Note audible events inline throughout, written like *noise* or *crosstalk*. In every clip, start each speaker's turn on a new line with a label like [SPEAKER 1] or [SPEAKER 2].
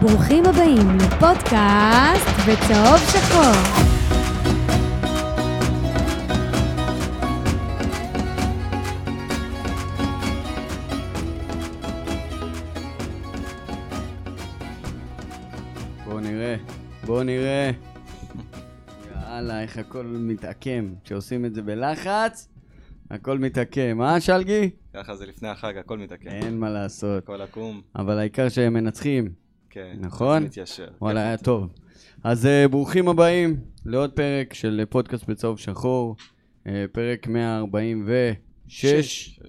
[SPEAKER 1] ברוכים הבאים לפודקאסט בצהוב שחור.
[SPEAKER 2] בואו נראה, בואו נראה. יאללה, איך הכל מתעקם. כשעושים את זה בלחץ, הכל מתעקם. אה, שלגי?
[SPEAKER 3] ככה זה לפני החג, הכל מתעקן.
[SPEAKER 2] אין מה לעשות.
[SPEAKER 3] הכל עקום,
[SPEAKER 2] אבל העיקר שהם מנצחים.
[SPEAKER 3] כן.
[SPEAKER 2] נכון.
[SPEAKER 3] זה מתיישר.
[SPEAKER 2] וואלה, היה טוב. אז אה, ברוכים הבאים לעוד פרק של פודקאסט בצהוב שחור, אה, פרק
[SPEAKER 3] כן.
[SPEAKER 2] 146,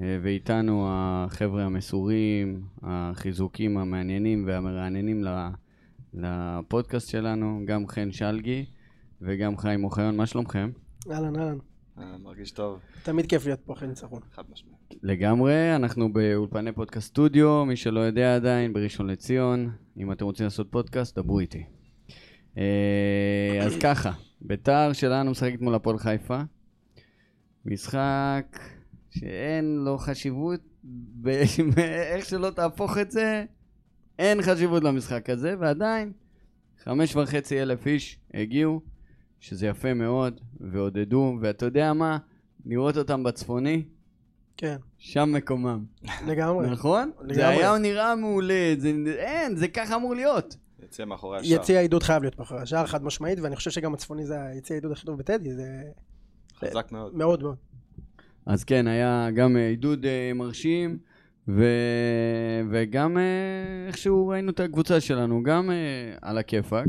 [SPEAKER 2] אה, ואיתנו החבר'ה המסורים, החיזוקים המעניינים והמרעננים ל- לפודקאסט שלנו, גם חן שלגי וגם חיים אוחיון, מה שלומכם?
[SPEAKER 4] אהלן אהלן,
[SPEAKER 3] אה, מרגיש טוב,
[SPEAKER 4] תמיד כיף להיות פה אחרי ניצחון.
[SPEAKER 3] חד משמעית.
[SPEAKER 2] לגמרי, אנחנו באולפני פודקאסט סטודיו, מי שלא יודע עדיין, בראשון לציון. אם אתם רוצים לעשות פודקאסט, דברו איתי. אה, אז ככה, ביתר שלנו משחקת מול הפועל חיפה. משחק שאין לו חשיבות, ב- *laughs* איך שלא תהפוך את זה, אין חשיבות למשחק הזה, ועדיין, חמש וחצי אלף איש הגיעו, שזה יפה מאוד, ועודדו, ואתה יודע מה? לראות אותם בצפוני,
[SPEAKER 4] כן,
[SPEAKER 2] שם מקומם.
[SPEAKER 4] לגמרי.
[SPEAKER 2] נכון?
[SPEAKER 4] לגמרי.
[SPEAKER 2] זה היה נראה מעולה, זה... אין, זה ככה אמור להיות.
[SPEAKER 3] יצא מאחורי השער.
[SPEAKER 4] יציע העידוד חייב להיות מאחורי השער חד משמעית, ואני חושב שגם הצפוני זה היציע העידוד הכי טוב בטדי, זה
[SPEAKER 3] חזק מאוד.
[SPEAKER 4] מאוד מאוד.
[SPEAKER 2] אז כן, היה גם אה, עידוד אה, מרשים, ו... וגם אה, איכשהו ראינו את הקבוצה שלנו, גם אה, על הכיפאק.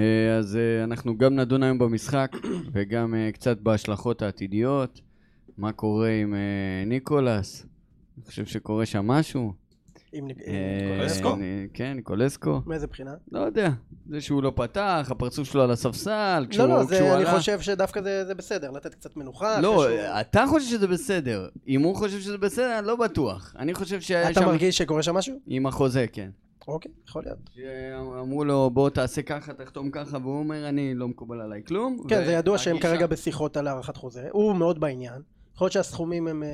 [SPEAKER 2] אה, אז אה, אנחנו גם נדון היום במשחק, *coughs* וגם אה, קצת בהשלכות העתידיות. מה קורה עם אה, ניקולס? אני חושב שקורה שם משהו.
[SPEAKER 4] אם נג-
[SPEAKER 2] אה,
[SPEAKER 3] ניקולסקו?
[SPEAKER 2] אני- כן, ניקולסקו.
[SPEAKER 4] מאיזה בחינה?
[SPEAKER 2] לא יודע, זה שהוא לא פתח, הפרצוף שלו על הספסל, כשהוא,
[SPEAKER 4] לא, לא,
[SPEAKER 2] כשהוא
[SPEAKER 4] זה-
[SPEAKER 2] עלה...
[SPEAKER 4] אני חושב שדווקא זה זה בסדר, לתת קצת מנוחה.
[SPEAKER 2] לא,
[SPEAKER 4] אחרי שהוא-
[SPEAKER 2] אתה חושב שזה בסדר. אם הוא חושב שזה בסדר, אני לא בטוח. אני חושב שהיה
[SPEAKER 4] אתה
[SPEAKER 2] שם...
[SPEAKER 4] מרגיש שקורה שם משהו?
[SPEAKER 2] עם החוזה, כן.
[SPEAKER 4] אוקיי, יכול להיות.
[SPEAKER 2] שאמרו לו, בוא תעשה ככה, תחתום ככה, והוא אומר, אני לא מקובל עליי כלום.
[SPEAKER 4] כן, זה ידוע שהם
[SPEAKER 2] והגישה-
[SPEAKER 4] כרגע בשיחות על הארכת חוזה, הוא מאוד בעניין. יכול להיות שהסכומים הם אה,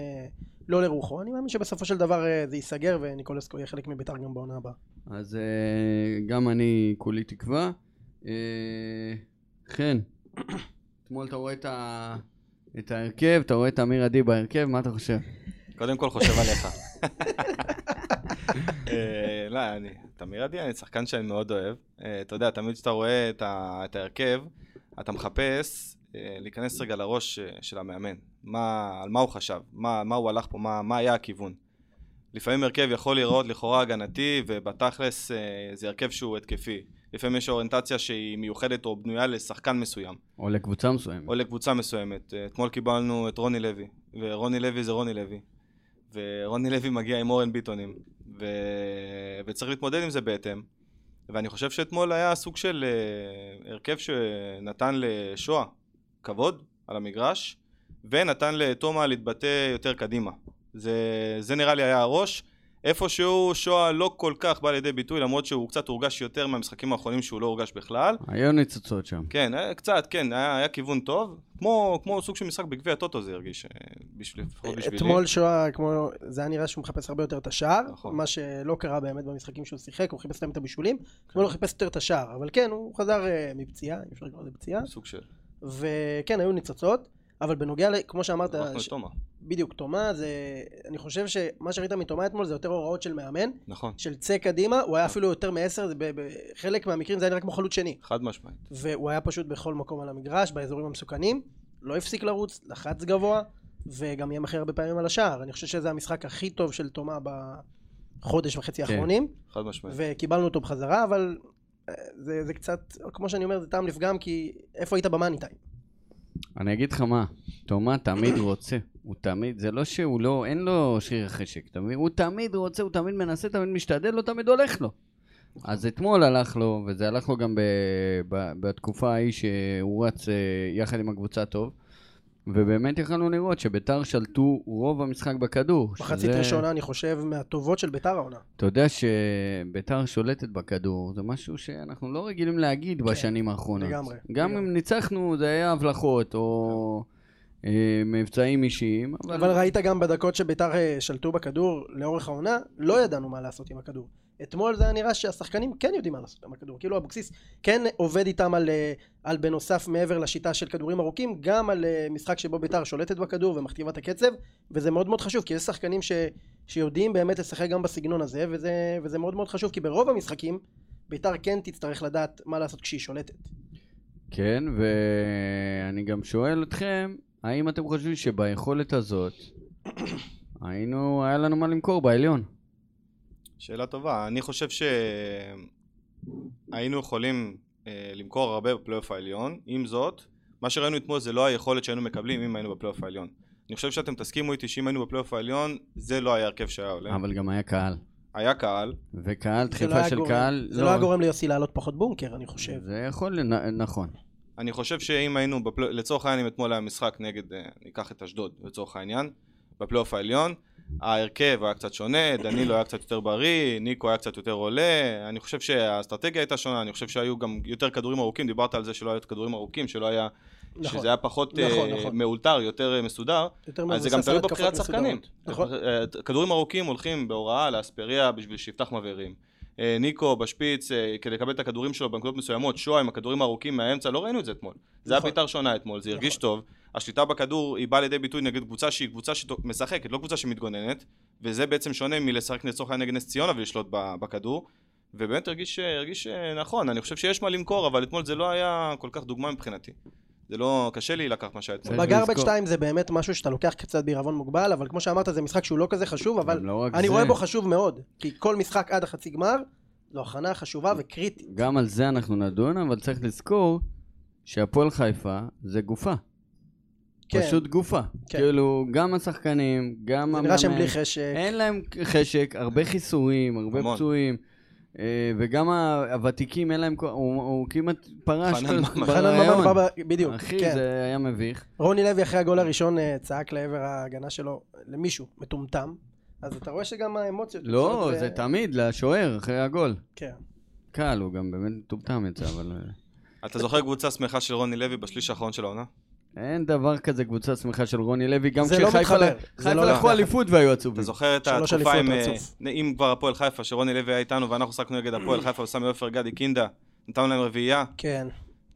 [SPEAKER 4] לא לרוחו, אני מאמין שבסופו של דבר אה, זה ייסגר וניקולסקו יהיה חלק מבית"ר גם בעונה הבאה.
[SPEAKER 2] אז אה, גם אני כולי תקווה. אה, חן, אתמול אתה רואה את ה- את ההרכב, אתה רואה את אמיר עדי בהרכב, מה אתה חושב?
[SPEAKER 3] קודם כל חושב עליך. אה, לא, אני, תמיר עדי, אני שחקן שאני מאוד אוהב. אה, אתה יודע, תמיד כשאתה רואה את ה- את ההרכב, אתה מחפש אה, להיכנס רגע לראש אה, של המאמן. מה, על מה הוא חשב, מה, מה הוא הלך פה, מה, מה היה הכיוון. לפעמים הרכב יכול להיראות לכאורה הגנתי, ובתכלס אה, זה הרכב שהוא התקפי. לפעמים יש אוריינטציה שהיא מיוחדת או בנויה לשחקן מסוים.
[SPEAKER 2] או לקבוצה מסוימת.
[SPEAKER 3] או לקבוצה מסוימת. אה, אתמול קיבלנו את רוני לוי, ורוני לוי זה רוני לוי. ורוני לוי מגיע עם אורן ביטונים, ו... וצריך להתמודד עם זה בהתאם. ואני חושב שאתמול היה סוג של אה, הרכב שנתן לשואה כבוד על המגרש, ונתן לתומה להתבטא יותר קדימה. זה, זה נראה לי היה הראש. איפשהו שואה לא כל כך בא לידי ביטוי, למרות שהוא קצת הורגש יותר מהמשחקים האחרונים שהוא לא הורגש בכלל.
[SPEAKER 2] היו ניצוצות שם.
[SPEAKER 3] כן, היה קצת, כן, היה, היה כיוון טוב. כמו, כמו סוג של משחק בגביע הטוטו זה הרגיש, אה, בשביל, לפחות בשבילי.
[SPEAKER 4] אתמול שואה, כמו, זה היה נראה שהוא מחפש הרבה יותר את השער,
[SPEAKER 3] נכון. כן.
[SPEAKER 4] מה שלא קרה באמת במשחקים שהוא שיחק, הוא חיפש להם את הבישולים, אתמול הוא חיפש יותר את השער, אבל כן, הוא חזר אה, מפציעה, אם אפשר לקרוא לזה פציעה,
[SPEAKER 3] סוג של...
[SPEAKER 4] וכן, היו ניצוצות, אבל בנוגע, ל- כמו שאמרת,
[SPEAKER 3] הרווחנו את
[SPEAKER 4] ש...
[SPEAKER 3] תומא.
[SPEAKER 4] בדיוק, תומה, זה, אני חושב שמה שראית מתומה אתמול זה יותר הוראות של מאמן,
[SPEAKER 3] נכון,
[SPEAKER 4] של צא קדימה, הוא היה אפילו יותר מעשר, זה ב- בחלק מהמקרים זה היה נראה כמו חלוץ שני.
[SPEAKER 3] חד משמעית.
[SPEAKER 4] והוא היה פשוט בכל מקום על המגרש, באזורים המסוכנים, לא הפסיק לרוץ, לחץ גבוה, וגם יהיה מכיר הרבה פעמים על השער. אני חושב שזה המשחק הכי טוב של תומה בחודש וחצי
[SPEAKER 2] כן.
[SPEAKER 4] האחרונים,
[SPEAKER 3] חד משמעית.
[SPEAKER 4] וקיבלנו אותו בחזרה, אבל אה, זה, זה קצת, כמו שאני אומר, זה טעם לפגם, כי איפה היית במאני טיים?
[SPEAKER 2] אני אגיד לך מה, תומה תמיד רוצה, הוא תמיד, זה לא שהוא לא, אין לו שריר חשק, אתה מבין? הוא תמיד רוצה, הוא תמיד מנסה, תמיד משתדל, לא תמיד הולך לו. אז אתמול הלך לו, וזה הלך לו גם ב, ב, בתקופה ההיא שהוא רץ אה, יחד עם הקבוצה טוב, ובאמת יכלנו לראות שביתר שלטו רוב המשחק בכדור.
[SPEAKER 4] מחצית
[SPEAKER 2] שזה-
[SPEAKER 4] ראשונה, אני חושב, מהטובות של ביתר העונה.
[SPEAKER 2] אתה יודע שביתר שולטת בכדור, זה משהו שאנחנו לא רגילים להגיד כן, בשנים האחרונות.
[SPEAKER 4] לגמרי,
[SPEAKER 2] גם
[SPEAKER 4] לגמרי. כן.
[SPEAKER 2] אם ניצחנו, זה היה הבלחות או אה, מבצעים אישיים, אבל...
[SPEAKER 4] אבל ראית גם בדקות שביתר אה, שלטו בכדור לאורך העונה, לא ידענו מה לעשות עם הכדור. אתמול זה היה נראה שהשחקנים כן יודעים מה לעשות עם הכדור. כאילו אבוקסיס כן עובד איתם על, אה, על בנוסף מעבר לשיטה של כדורים ארוכים, גם על אה, משחק שבו ביתר שולטת בכדור ומכתיבה את הקצב, וזה מאוד מאוד חשוב, כי יש שחקנים ש, שיודעים באמת לשחק גם בסגנון הזה, וזה, וזה מאוד מאוד חשוב, כי ברוב המשחקים ביתר כן תצטרך לדעת מה לעשות כשהיא שולטת.
[SPEAKER 2] כן, ואני גם שואל אתכם, האם אתם חושבים שביכולת הזאת היינו, היה לנו מה למכור בעליון?
[SPEAKER 3] שאלה טובה. אני חושב שהיינו יכולים אה, למכור הרבה בפלייאוף העליון. עם זאת, מה שראינו אתמול זה לא היכולת שהיינו מקבלים אם היינו בפלייאוף העליון. אני חושב שאתם תסכימו איתי שאם היינו בפלייאוף העליון, זה לא היה הרכב שהיה עולה. אבל...
[SPEAKER 2] אבל גם היה קהל.
[SPEAKER 3] היה קהל,
[SPEAKER 2] וקהל,
[SPEAKER 4] כן. זה לא
[SPEAKER 2] דחיפה
[SPEAKER 4] היה
[SPEAKER 2] של
[SPEAKER 4] גורם-
[SPEAKER 2] קהל,
[SPEAKER 4] זה לא היה גורם ליוסי לעלות פחות בונקר, אני חושב.
[SPEAKER 2] זה יכול, לנ- נכון.
[SPEAKER 3] אני חושב שאם היינו, בפל... לצורך העניין, אם אתמול היה משחק נגד, אה, ניקח את אשדוד לצורך העניין, בפלייאוף העליון, ההרכב היה קצת שונה, דנילו היה קצת יותר בריא, ניקו היה קצת יותר עולה, אני חושב שהאסטרטגיה הייתה שונה, אני חושב שהיו גם יותר כדורים ארוכים, דיברת על זה שלא היו כדורים ארוכים, שלא היה,
[SPEAKER 4] נכון.
[SPEAKER 3] שזה היה פחות
[SPEAKER 4] נכון,
[SPEAKER 3] נכון,
[SPEAKER 4] נכון.
[SPEAKER 3] נכון. מאולתר, יותר אה, מסודר,
[SPEAKER 4] יותר
[SPEAKER 3] אז זה
[SPEAKER 4] מבוסס
[SPEAKER 3] גם
[SPEAKER 4] על
[SPEAKER 3] תלוי
[SPEAKER 4] התקפות
[SPEAKER 3] בבחירת
[SPEAKER 4] מסודרות.
[SPEAKER 3] שחקנים.
[SPEAKER 4] נכון.
[SPEAKER 3] אה, כדורים ארוכים הולכים בהוראה לאספריה בשביל שיפתח מבערים. אה, ניקו בשפיץ, אה, כדי לקבל את הכדורים שלו בנקודות מסוימות, שואה עם הכדורים הארוכים מהאמצע, לא ראינו את זה אתמול. זה היה
[SPEAKER 4] נכון.
[SPEAKER 3] בעיטר שונה אתמול, זה הרגיש
[SPEAKER 4] נכון.
[SPEAKER 3] טוב. השליטה בכדור היא באה לידי ביטוי נגד קבוצה שהיא קבוצה שמשחקת, לא קבוצה שמתגוננת, וזה בעצם שונה מלשחק לצורך העניין נגד נס ציונה ולשלוט ב- בכדור. ובאמת הרגיש, הרגיש אה, נכון, אני חושב שיש מה למכור, אבל אתמול זה לא היה כל כך דוגמה מבחינתי. זה לא, קשה לי לקחת מה שהיה אתמול.
[SPEAKER 2] צריך
[SPEAKER 4] בגארבג'
[SPEAKER 2] לזכור.
[SPEAKER 4] 2 זה באמת משהו שאתה לוקח קצת בעירבון מוגבל, אבל כמו שאמרת זה משחק שהוא לא כזה חשוב, אבל
[SPEAKER 2] גם לא רק
[SPEAKER 4] אני
[SPEAKER 2] זה,
[SPEAKER 4] רואה בו חשוב מאוד, כי כל משחק עד החצי גמר זו הכנה חשובה וקריטית.
[SPEAKER 2] גם על זה אנחנו נדון, אבל צריך לזכור שהפועל חיפה זה גופה.
[SPEAKER 4] כן,
[SPEAKER 2] פשוט גופה.
[SPEAKER 4] כן.
[SPEAKER 2] כאילו, גם השחקנים, גם
[SPEAKER 4] זה
[SPEAKER 2] המאמן,
[SPEAKER 4] נראה שהם בלי חשק.
[SPEAKER 2] אין להם חשק, הרבה חיסורים, הרבה
[SPEAKER 3] המון.
[SPEAKER 2] פצועים. אה, וגם ה- הוותיקים, אין להם... כוח- הוא הוא כמעט פרש
[SPEAKER 3] חנן
[SPEAKER 2] ב-
[SPEAKER 3] ממן.
[SPEAKER 4] חנן ממן
[SPEAKER 2] בריאיון.
[SPEAKER 4] בא ב- בדיוק,
[SPEAKER 2] אחי,
[SPEAKER 4] כן.
[SPEAKER 2] זה היה מביך.
[SPEAKER 4] רוני לוי אחרי הגול הראשון אה, צעק לעבר ההגנה שלו למישהו, מטומטם, אז אתה רואה שגם האמוציות...
[SPEAKER 2] לא,
[SPEAKER 4] יוצאות,
[SPEAKER 2] זה
[SPEAKER 4] ו-
[SPEAKER 2] תמיד, לשוער, אחרי הגול.
[SPEAKER 4] כן.
[SPEAKER 2] קל, הוא גם באמת מטומטם יצא, אבל... אה,
[SPEAKER 3] אתה זוכר קבוצה שמחה של רוני לוי בשליש האחרון של העונה?
[SPEAKER 2] אה, אין דבר כזה קבוצה שמחה של רוני לוי, גם
[SPEAKER 4] זה לא
[SPEAKER 2] כשחיפה
[SPEAKER 4] מתחבר,
[SPEAKER 2] ל-
[SPEAKER 4] זה
[SPEAKER 2] חיפה
[SPEAKER 4] לא
[SPEAKER 2] לקחו
[SPEAKER 4] מתחבר.
[SPEAKER 2] אליפות והיו עצובים.
[SPEAKER 3] אתה זוכר את
[SPEAKER 4] שלוש
[SPEAKER 3] התקופה עם,
[SPEAKER 4] אליפויות
[SPEAKER 3] אה,
[SPEAKER 4] רצוף.
[SPEAKER 3] אם כבר הפועל חיפה, שרוני לוי היה איתנו ואנחנו שחקנו נגד הפועל חיפה, הוא שם עופר גדי קינדה, נתנו להם רביעייה.
[SPEAKER 4] כן.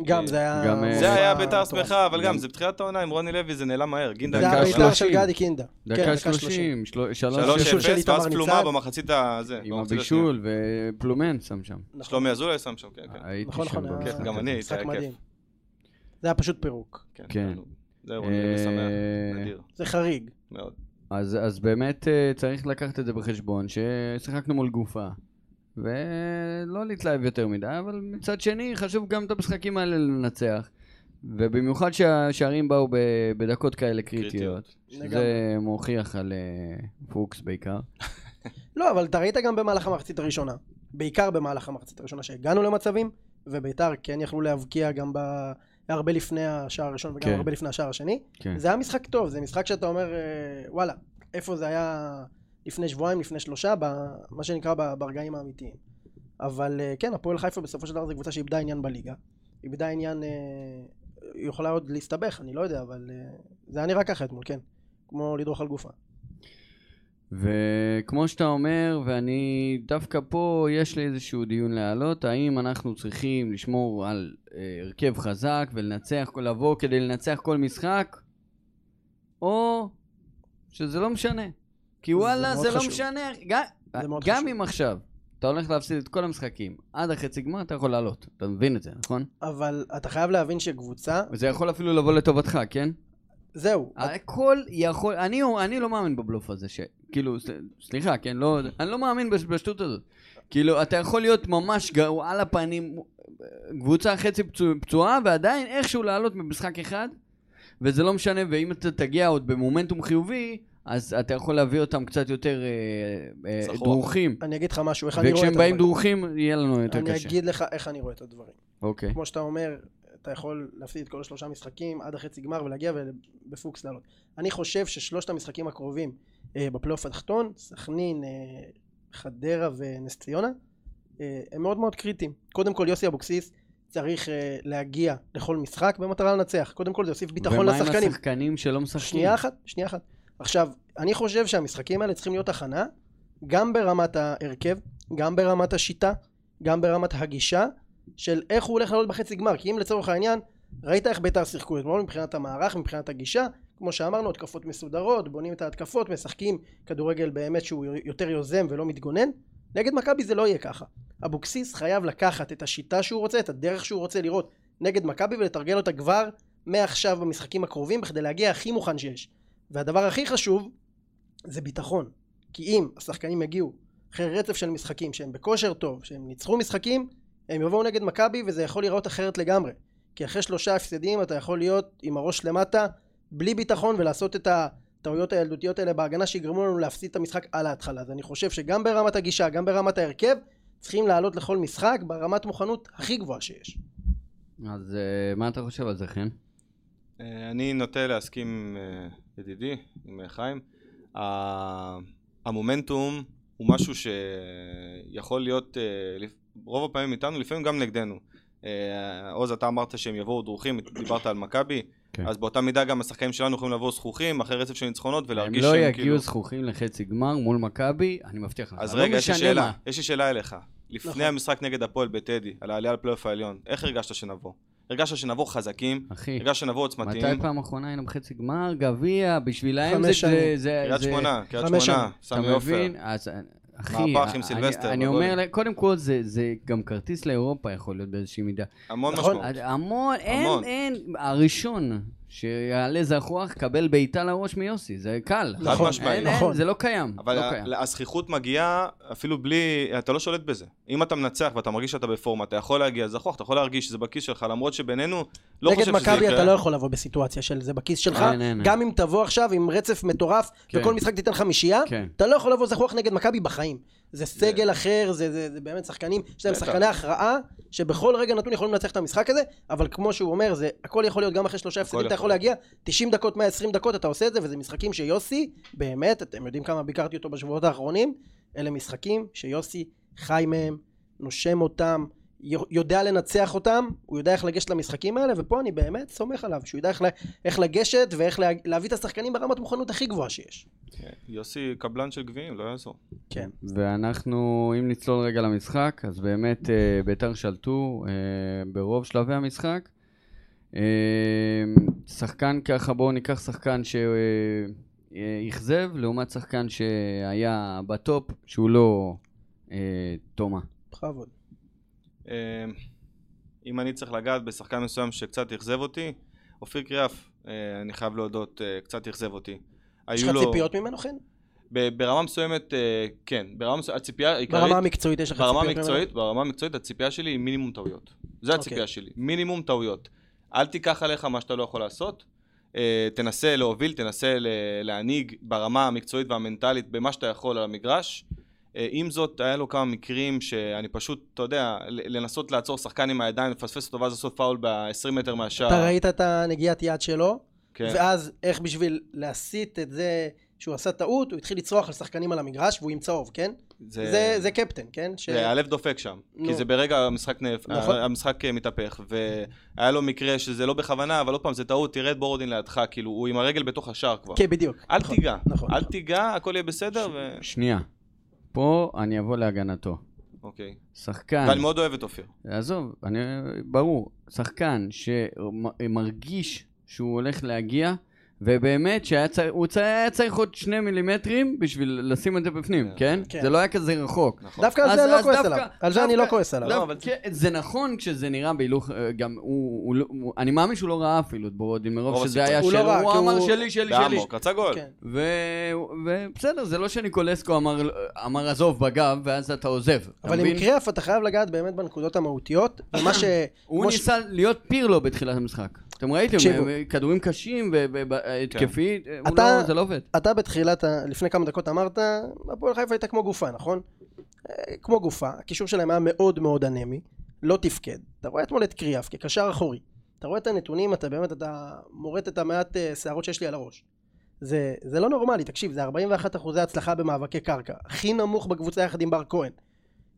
[SPEAKER 4] גם זה היה...
[SPEAKER 2] גם, אה,
[SPEAKER 3] זה היה
[SPEAKER 4] מופע
[SPEAKER 3] ביתר
[SPEAKER 4] מטורף.
[SPEAKER 3] שמחה, אבל
[SPEAKER 2] גם-
[SPEAKER 3] גם זה בתחילת העונה עם רוני לוי, זה נעלם מהר. גינדה
[SPEAKER 4] זה
[SPEAKER 2] דקה
[SPEAKER 4] היה ביתר של
[SPEAKER 2] 30.
[SPEAKER 4] גדי קינדה. כן,
[SPEAKER 2] דקה שלושים, של- שלוש
[SPEAKER 4] שלוש-
[SPEAKER 2] אפס,
[SPEAKER 3] 3-0,
[SPEAKER 4] של איתמר
[SPEAKER 3] ואז פלומה
[SPEAKER 4] ניצן.
[SPEAKER 3] במחצית הזה.
[SPEAKER 2] עם
[SPEAKER 3] במחצית
[SPEAKER 2] הבישול, ופלומן שם שם.
[SPEAKER 3] השנייה.
[SPEAKER 4] נכון.
[SPEAKER 3] שלומי אזולאי שם שם, כן, כן.
[SPEAKER 2] הייתי
[SPEAKER 4] נכון,
[SPEAKER 2] שם
[SPEAKER 4] נכון, היה-
[SPEAKER 2] במשחק.
[SPEAKER 3] כן, גם אני הייתי,
[SPEAKER 4] משחק
[SPEAKER 3] היה
[SPEAKER 4] מדהים.
[SPEAKER 3] כיף.
[SPEAKER 4] זה היה פשוט פירוק.
[SPEAKER 2] כן.
[SPEAKER 3] זה רוני לוי שמח,
[SPEAKER 2] אה,
[SPEAKER 3] נדיר,
[SPEAKER 4] זה חריג.
[SPEAKER 3] מאוד.
[SPEAKER 2] אז, אז באמת אה, צריך לקחת את זה בחשבון, ששיחקנו מול גופה, ולא להתלהב יותר מדי, אבל מצד שני, חשוב גם את המשחקים האלה לנצח, ובמיוחד שהשערים באו ב, בדקות כאלה קריטיות, שזה
[SPEAKER 4] לגמרי.
[SPEAKER 2] מוכיח על אה, פוקס בעיקר.
[SPEAKER 4] לא, אבל אתה ראית גם במהלך המחצית הראשונה. בעיקר במהלך המחצית הראשונה שהגענו למצבים, וביתר כן יכלו להבקיע גם ב... הרבה לפני השער הראשון וגם
[SPEAKER 2] כן.
[SPEAKER 4] הרבה לפני השער השני.
[SPEAKER 2] כן.
[SPEAKER 4] זה היה משחק טוב, זה משחק שאתה אומר, אה, וואלה, איפה זה היה לפני שבועיים, לפני שלושה, ב... מה שנקרא ב- ברגעים האמיתיים. אבל אה, כן, הפועל חיפה בסופו של דבר זו קבוצה שאיבדה עניין בליגה. איבדה עניין, אה, היא יכולה עוד להסתבך, אני לא יודע, אבל אה, זה היה נראה ככה אתמול, כן. כמו לדרוך על גופה.
[SPEAKER 2] וכמו שאתה אומר, ואני דווקא פה, יש לי איזשהו דיון להעלות, האם אנחנו צריכים לשמור על אה, הרכב חזק ולנצח, לבוא כדי לנצח כל משחק, או שזה לא משנה. כי
[SPEAKER 4] זה
[SPEAKER 2] וואלה,
[SPEAKER 4] מאוד
[SPEAKER 2] זה, לא
[SPEAKER 4] חשוב.
[SPEAKER 2] משנה. גם,
[SPEAKER 4] זה מאוד
[SPEAKER 2] גם
[SPEAKER 4] חשוב.
[SPEAKER 2] אם עכשיו אתה הולך להפסיד את כל המשחקים, עד החצי גמר אתה יכול לעלות. אתה מבין את זה, נכון?
[SPEAKER 4] אבל אתה חייב להבין שקבוצה,
[SPEAKER 2] זה יכול אפילו לבוא לטובתך, כן?
[SPEAKER 4] זהו,
[SPEAKER 2] אה? הכל יכול, אני, אני לא מאמין בבלוף הזה, ש... כאילו, ס- סליחה, כן, לא, אני לא מאמין בש- בשטות הזאת. כאילו, אתה יכול להיות ממש גרוע על הפנים, קבוצה חצי פצוע- פצועה, ועדיין איכשהו לעלות ממשחק אחד, וזה לא משנה, ואם אתה תגיע עוד במומנטום חיובי, אז אתה יכול להביא אותם קצת יותר אה, אה,
[SPEAKER 3] זכור.
[SPEAKER 2] דרוכים.
[SPEAKER 4] אני אגיד לך משהו, איך אני רואה את
[SPEAKER 2] וכשהם
[SPEAKER 4] הדברים.
[SPEAKER 2] באים דרוכים, יהיה לנו יותר
[SPEAKER 4] אני
[SPEAKER 2] קשה.
[SPEAKER 4] אגיד לך איך אני רואה את הדברים.
[SPEAKER 2] אוקיי.
[SPEAKER 4] כמו שאתה אומר, אתה יכול להפסיד את כל השלושה משחקים עד החצי גמר ולהגיע ובפוקס לעלות. אני חושב ששלושת המשחקים הקרובים אה, בפלייאוף התחתון, סכנין, אה, חדרה ונס ציונה, אה, הם מאוד מאוד קריטיים. קודם כל יוסי אבוקסיס צריך אה, להגיע לכל משחק במטרה לנצח. קודם כל זה יוסיף ביטחון
[SPEAKER 2] ומה עם
[SPEAKER 4] לשחקנים.
[SPEAKER 2] השחקנים שלא משחקים?
[SPEAKER 4] שנייה אחת, שנייה אחת. עכשיו, אני חושב שהמשחקים האלה צריכים להיות הכנה, גם ברמת ההרכב, גם ברמת השיטה, גם ברמת הגישה, של איך הוא הולך לעלות בחצי גמר. כי אם לצורך העניין, ראית איך ביתר שיחקו אתמול מבחינת המערך, מבחינת הגישה, כמו שאמרנו, התקפות מסודרות, בונים את ההתקפות, משחקים כדורגל באמת שהוא יותר יוזם ולא מתגונן. נגד מכבי זה לא יהיה ככה. אבוקסיס חייב לקחת את השיטה שהוא רוצה, את הדרך שהוא רוצה לראות נגד מכבי ולתרגל אותה כבר מעכשיו במשחקים הקרובים בכדי להגיע הכי מוכן שיש. והדבר הכי חשוב זה ביטחון. כי אם השחקנים יגיעו אחרי רצף של משחקים שהם בכושר טוב, שהם ניצחו משחקים, הם יבואו נגד מכבי וזה יכול להיראות אחרת לגמרי. כי אחרי שלושה הפסדים אתה יכול להיות עם הראש למטה, בלי ביטחון ולעשות את הטעויות הילדותיות האלה בהגנה שיגרמו לנו להפסיד את המשחק על ההתחלה. אז אני חושב שגם ברמת הגישה, גם ברמת ההרכב, צריכים לעלות לכל משחק ברמת מוכנות הכי גבוהה שיש.
[SPEAKER 2] אז אה, מה אתה חושב על זה, חן?
[SPEAKER 3] אה, אני נוטה להסכים עם אה, ידידי, עם אה, חיים. ה- המומנטום הוא משהו שיכול להיות אה, לפ- רוב הפעמים איתנו, לפעמים גם נגדנו. אה, עוז, אתה אמרת שהם יבואו דרוכים, דיברת על מכבי,
[SPEAKER 2] כן.
[SPEAKER 3] אז באותה מידה גם השחקנים שלנו יכולים לבוא זכוכים אחרי רצף של ניצחונות
[SPEAKER 2] הם
[SPEAKER 3] ולהרגיש
[SPEAKER 2] לא
[SPEAKER 3] שהם כאילו-
[SPEAKER 2] יגיעו זכוכים לחצי גמר מול מכבי, אני מבטיח לך.
[SPEAKER 3] אז
[SPEAKER 2] לא
[SPEAKER 3] רגע, יש לי
[SPEAKER 2] משנה
[SPEAKER 3] שאלה,
[SPEAKER 2] מה.
[SPEAKER 3] יש לי שאלה אליך.
[SPEAKER 4] נכון.
[SPEAKER 3] לפני המשחק נגד הפועל בטדי, על העלייה לפלייאוף העליון, איך הרגשת שנבוא? הרגשת שנבוא חזקים,
[SPEAKER 2] אחי,
[SPEAKER 3] הרגשת שנבוא
[SPEAKER 2] מתי
[SPEAKER 3] עוצמתיים,
[SPEAKER 2] פעם אחרונה היינו בחצי גמר, גביע, בשבילהם
[SPEAKER 4] חמש
[SPEAKER 2] זה...
[SPEAKER 4] שנים.
[SPEAKER 2] זה- זה-
[SPEAKER 3] קריית
[SPEAKER 2] זה-
[SPEAKER 3] שמונה, קריית
[SPEAKER 4] חמש
[SPEAKER 3] שמונה,
[SPEAKER 2] אתה
[SPEAKER 3] סמי עופר.
[SPEAKER 2] מבין? אז אחי,
[SPEAKER 3] מהפך עם
[SPEAKER 2] אני-
[SPEAKER 3] סילבסטר, לא
[SPEAKER 2] אני
[SPEAKER 3] בגודל.
[SPEAKER 2] אומר, לה- קודם כל זה- זה גם כרטיס לאירופה יכול להיות באיזושהי מידה.
[SPEAKER 3] המון
[SPEAKER 4] נכון,
[SPEAKER 3] משמעות.
[SPEAKER 2] עד- המון, אין,
[SPEAKER 3] המון.
[SPEAKER 2] אין, הראשון שיעלה זחוח, קבל בעיטה לראש מיוסי, זה קל.
[SPEAKER 4] חד
[SPEAKER 2] אין,
[SPEAKER 3] משמעית.
[SPEAKER 2] אין,
[SPEAKER 4] נכון.
[SPEAKER 2] זה לא קיים,
[SPEAKER 3] אבל
[SPEAKER 2] לא
[SPEAKER 3] ה-
[SPEAKER 2] קיים.
[SPEAKER 4] אוקיי.
[SPEAKER 3] הזכיחות מגיעה אפילו בלי, אתה לא שולט בזה. אם אתה מנצח ואתה מרגיש שאתה בפורמה, אתה יכול להגיע זכוח, אתה יכול להרגיש שזה בכיס שלך, למרות שבינינו, לא חושב
[SPEAKER 4] נגד
[SPEAKER 3] שזה
[SPEAKER 4] מכבי אתה לא
[SPEAKER 3] יקרה.
[SPEAKER 4] יכול לבוא בסיטואציה של זה בכיס שלך,
[SPEAKER 2] אין, אין, אין.
[SPEAKER 4] גם אם תבוא עכשיו עם רצף מטורף,
[SPEAKER 2] כן.
[SPEAKER 4] וכל משחק תיתן חמישייה,
[SPEAKER 2] כן.
[SPEAKER 4] אתה לא יכול לבוא זכוח נגד מכבי בחיים. זה סגל אחר, זה- זה זה באמת שחקנים, יש להם
[SPEAKER 3] בטח.
[SPEAKER 4] שחקני הכרעה, שבכל רגע נתון יכולים לנצח את המשחק הזה, אבל כמו שהוא אומר, זה הכל יכול להיות גם אחרי שלושה הפסדים, אתה
[SPEAKER 3] יכול.
[SPEAKER 4] יכול להגיע 90 דקות, 120 דקות, אתה עושה את זה, וזה משחקים שיוסי, באמת, אתם יודעים כמה ביקרתי אותו בשבועות האחרונים, אלה משחקים שיוסי חי מהם, נושם אותם, י- יודע לנצח אותם, הוא יודע איך לגשת למשחקים האלה, ופה אני באמת סומך עליו, שהוא יודע איך, ל- איך לגשת ואיך לה, להביא את השחקנים ברמת מוכנות הכי גבוהה שיש.
[SPEAKER 3] יוסי קבלן של גביעים, לא יעזור.
[SPEAKER 4] כן.
[SPEAKER 2] ואנחנו, אם נצלול רגע למשחק, אז באמת אה, ביתר שלטו אה, ברוב שלבי המשחק. אה, שחקן ככה, בואו ניקח שחקן שאכזב, לעומת שחקן שהיה בטופ, שהוא לא אה, תומה.
[SPEAKER 4] בכבוד.
[SPEAKER 3] אה, אם אני צריך לגעת בשחקן מסוים שקצת אכזב אותי, אופיר קריאף, אה, אני חייב להודות, אה, קצת אכזב אותי.
[SPEAKER 4] יש
[SPEAKER 3] היו
[SPEAKER 4] לך
[SPEAKER 3] לו-
[SPEAKER 4] ציפיות ממנו חן?
[SPEAKER 3] ב- ברמה מסוימת, אה, כן. ברמה מסוימת, הציפייה העיקרית...
[SPEAKER 4] ברמה המקצועית יש לך ציפיות
[SPEAKER 3] ברמה
[SPEAKER 4] ממנו?
[SPEAKER 3] המקצועית, ברמה המקצועית הציפייה שלי היא מינימום טעויות. זה
[SPEAKER 4] אוקיי.
[SPEAKER 3] הציפייה שלי, מינימום טעויות. אל תיקח עליך מה שאתה לא יכול לעשות. אה, תנסה להוביל, תנסה ל- להנהיג ברמה המקצועית והמנטלית במה שאתה יכול על המגרש. אה, עם זאת, היה לו כמה מקרים שאני פשוט, אתה יודע, ל- לנסות לעצור שחקן עם הידיים, לפספס אותו ואז לעשות פאול ב-20 מטר מהשער.
[SPEAKER 4] אתה ראית את הנגיעת יד שלו,
[SPEAKER 3] אה, כן.
[SPEAKER 4] ואז איך בשביל להסיט את זה שהוא עשה טעות, הוא התחיל לצרוח על שחקנים על המגרש והוא עם צהוב, כן? זה, זה קפטן, כן? ש...
[SPEAKER 3] והלב דופק שם,
[SPEAKER 4] נו.
[SPEAKER 3] כי זה ברגע המשחק, נהפ...
[SPEAKER 4] נכון.
[SPEAKER 3] המשחק אה, מתהפך, והיה לו מקרה שזה לא בכוונה, אבל עוד פעם, זה טעות, תראה את בורודין לידך, כאילו, הוא עם הרגל בתוך השער כבר.
[SPEAKER 4] כן, בדיוק.
[SPEAKER 3] אל
[SPEAKER 4] נכון,
[SPEAKER 3] תיגע,
[SPEAKER 4] נכון.
[SPEAKER 3] אל תיגע, הכל יהיה בסדר, ו...
[SPEAKER 2] שנייה, פה אני אבוא להגנתו.
[SPEAKER 3] אוקיי.
[SPEAKER 2] שחקן...
[SPEAKER 3] ואני מאוד אוהב את אופיר.
[SPEAKER 2] עזוב, אני, ברור, שחקן שמרגיש שהוא הולך להגיע, ובאמת שהיה צריך, הוא צר, היה צריך עוד שני מילימטרים בשביל לשים את זה בפנים, כן?
[SPEAKER 4] כן.
[SPEAKER 2] זה לא היה כזה רחוק.
[SPEAKER 3] נכון.
[SPEAKER 4] דווקא על זה
[SPEAKER 2] אז-
[SPEAKER 4] אני לא
[SPEAKER 2] אז
[SPEAKER 4] כועס
[SPEAKER 2] דווקא-
[SPEAKER 4] עליו. על זה אני לא
[SPEAKER 2] דווקא-
[SPEAKER 4] כועס עליו.
[SPEAKER 2] לא, אבל כן, זה נכון כשזה נראה בהילוך, אה, גם הוא, הוא, לא- הוא, אני מאמין שהוא לא ראה אפילו את בורודין מרוב
[SPEAKER 3] רוב
[SPEAKER 2] שזה
[SPEAKER 3] הסיכוי.
[SPEAKER 2] היה
[SPEAKER 4] הוא לא
[SPEAKER 2] שלו,
[SPEAKER 4] ראה,
[SPEAKER 2] הוא
[SPEAKER 4] כי
[SPEAKER 2] אמר
[SPEAKER 4] הוא-
[SPEAKER 2] שלי, שלי, שלי.
[SPEAKER 3] באמוק, רצה גול.
[SPEAKER 4] כן.
[SPEAKER 2] ו- ובסדר, זה לא שניקולסקו אמר, אמר עזוב בגב, ואז אתה עוזב. אתה
[SPEAKER 4] אבל
[SPEAKER 2] מבין?
[SPEAKER 4] עם קריאף אתה חייב לגעת באמת
[SPEAKER 3] *coughs*
[SPEAKER 4] בנקודות המהותיות, ומה ש...
[SPEAKER 2] הוא
[SPEAKER 4] כמו ש-
[SPEAKER 2] ניסה להיות פירלו בתחילת המשחק. אתם ראיתם,
[SPEAKER 4] תקשיבו.
[SPEAKER 2] אה, כדורים קשים
[SPEAKER 3] כן.
[SPEAKER 2] והתקפית,
[SPEAKER 4] אתה-
[SPEAKER 2] זה לא עובד.
[SPEAKER 4] אתה בתחילת, ה- לפני כמה דקות אמרת, הפועל חיפה הייתה כמו גופה, נכון? אה, כמו גופה, הקישור שלהם היה מאוד מאוד אנמי, לא תפקד. אתה רואה אתמול את קריאף כקשר אחורי. אתה רואה את הנתונים, אתה באמת, אתה מורט את המעט אה, שערות שיש לי על הראש. זה, זה לא נורמלי, תקשיב, זה 41 אחוזי הצלחה במאבקי קרקע. הכי נמוך בקבוצה יחד עם בר כהן.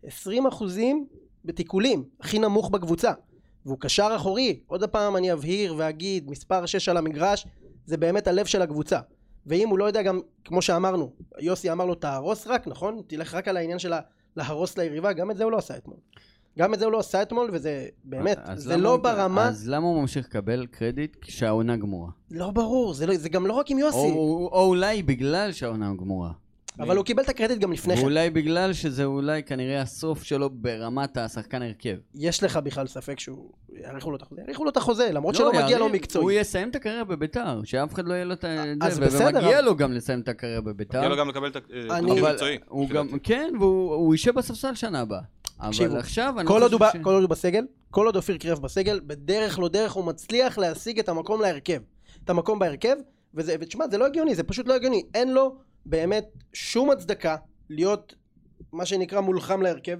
[SPEAKER 4] 20 אחוזים בתיקולים, הכי נמוך בקבוצה. והוא קשר אחורי, עוד פעם אני אבהיר ואגיד, מספר 6 על המגרש, זה באמת הלב של הקבוצה. ואם הוא לא יודע גם, כמו שאמרנו, יוסי אמר לו תהרוס רק, נכון? תלך רק על העניין של ה- להרוס ליריבה, גם את זה הוא לא עשה אתמול. גם את זה הוא לא עשה אתמול, וזה באמת,
[SPEAKER 2] אז
[SPEAKER 4] זה
[SPEAKER 2] למה
[SPEAKER 4] לא
[SPEAKER 2] הוא-
[SPEAKER 4] ברמה,
[SPEAKER 2] אז למה הוא ממשיך לקבל קרדיט כשהעונה גמורה?
[SPEAKER 4] לא ברור, זה לא- זה גם לא רק עם יוסי,
[SPEAKER 2] או או אולי בגלל שהעונה גמורה.
[SPEAKER 4] אבל הוא קיבל את הקרדיט גם לפני כן.
[SPEAKER 2] ואולי בגלל שזה אולי כנראה הסוף שלו ברמת השחקן הרכב.
[SPEAKER 4] יש לך בכלל ספק שהוא, לא יאריכו לו את החוזה, יאריכו לו את החוזה, למרות שלא
[SPEAKER 2] לא,
[SPEAKER 4] מגיע לו
[SPEAKER 2] יריב, הוא
[SPEAKER 4] מקצועי. אה,
[SPEAKER 2] יסיים את הקריירה בביתר, שאף אחד לא יהיה לו את
[SPEAKER 4] אז
[SPEAKER 2] זה,
[SPEAKER 4] בסדר,
[SPEAKER 2] ומגיע
[SPEAKER 4] אבל-
[SPEAKER 2] לו גם לסיים את הקריירה בביתר.
[SPEAKER 3] יהיה לו גם לקבל את
[SPEAKER 4] אני-
[SPEAKER 3] התפקיד
[SPEAKER 2] אבל
[SPEAKER 3] המקצועי.
[SPEAKER 2] הוא
[SPEAKER 3] לפי
[SPEAKER 2] גם,
[SPEAKER 3] דעתי.
[SPEAKER 2] כן, והוא הוא יישב בספסל שנה הבאה.
[SPEAKER 4] תקשיבו,
[SPEAKER 2] אבל עכשיו, אני
[SPEAKER 4] כל
[SPEAKER 2] לא
[SPEAKER 4] עוד, הוא
[SPEAKER 2] חושב
[SPEAKER 4] בא,
[SPEAKER 2] ש...
[SPEAKER 4] כל עוד הוא בסגל, כל עוד אופיר קרב בסגל, בדרך לא דרך הוא מצליח להשיג את המקום להרכב. את המקום בהרכב, וזה, ותשמע, זה לא הגיוני, זה פשוט לא הגיוני. אין לו באמת שום הצדקה להיות מה שנקרא מולחם להרכב,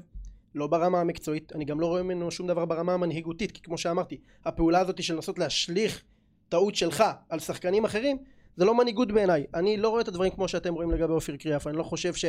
[SPEAKER 4] לא ברמה המקצועית, אני גם לא רואה ממנו שום דבר ברמה המנהיגותית, כי כמו שאמרתי, הפעולה הזאת של לנסות להשליך טעות שלך על שחקנים אחרים, זה לא מנהיגות בעיניי. אני לא רואה את הדברים כמו שאתם רואים לגבי אופיר קריאף, אני לא חושב ש...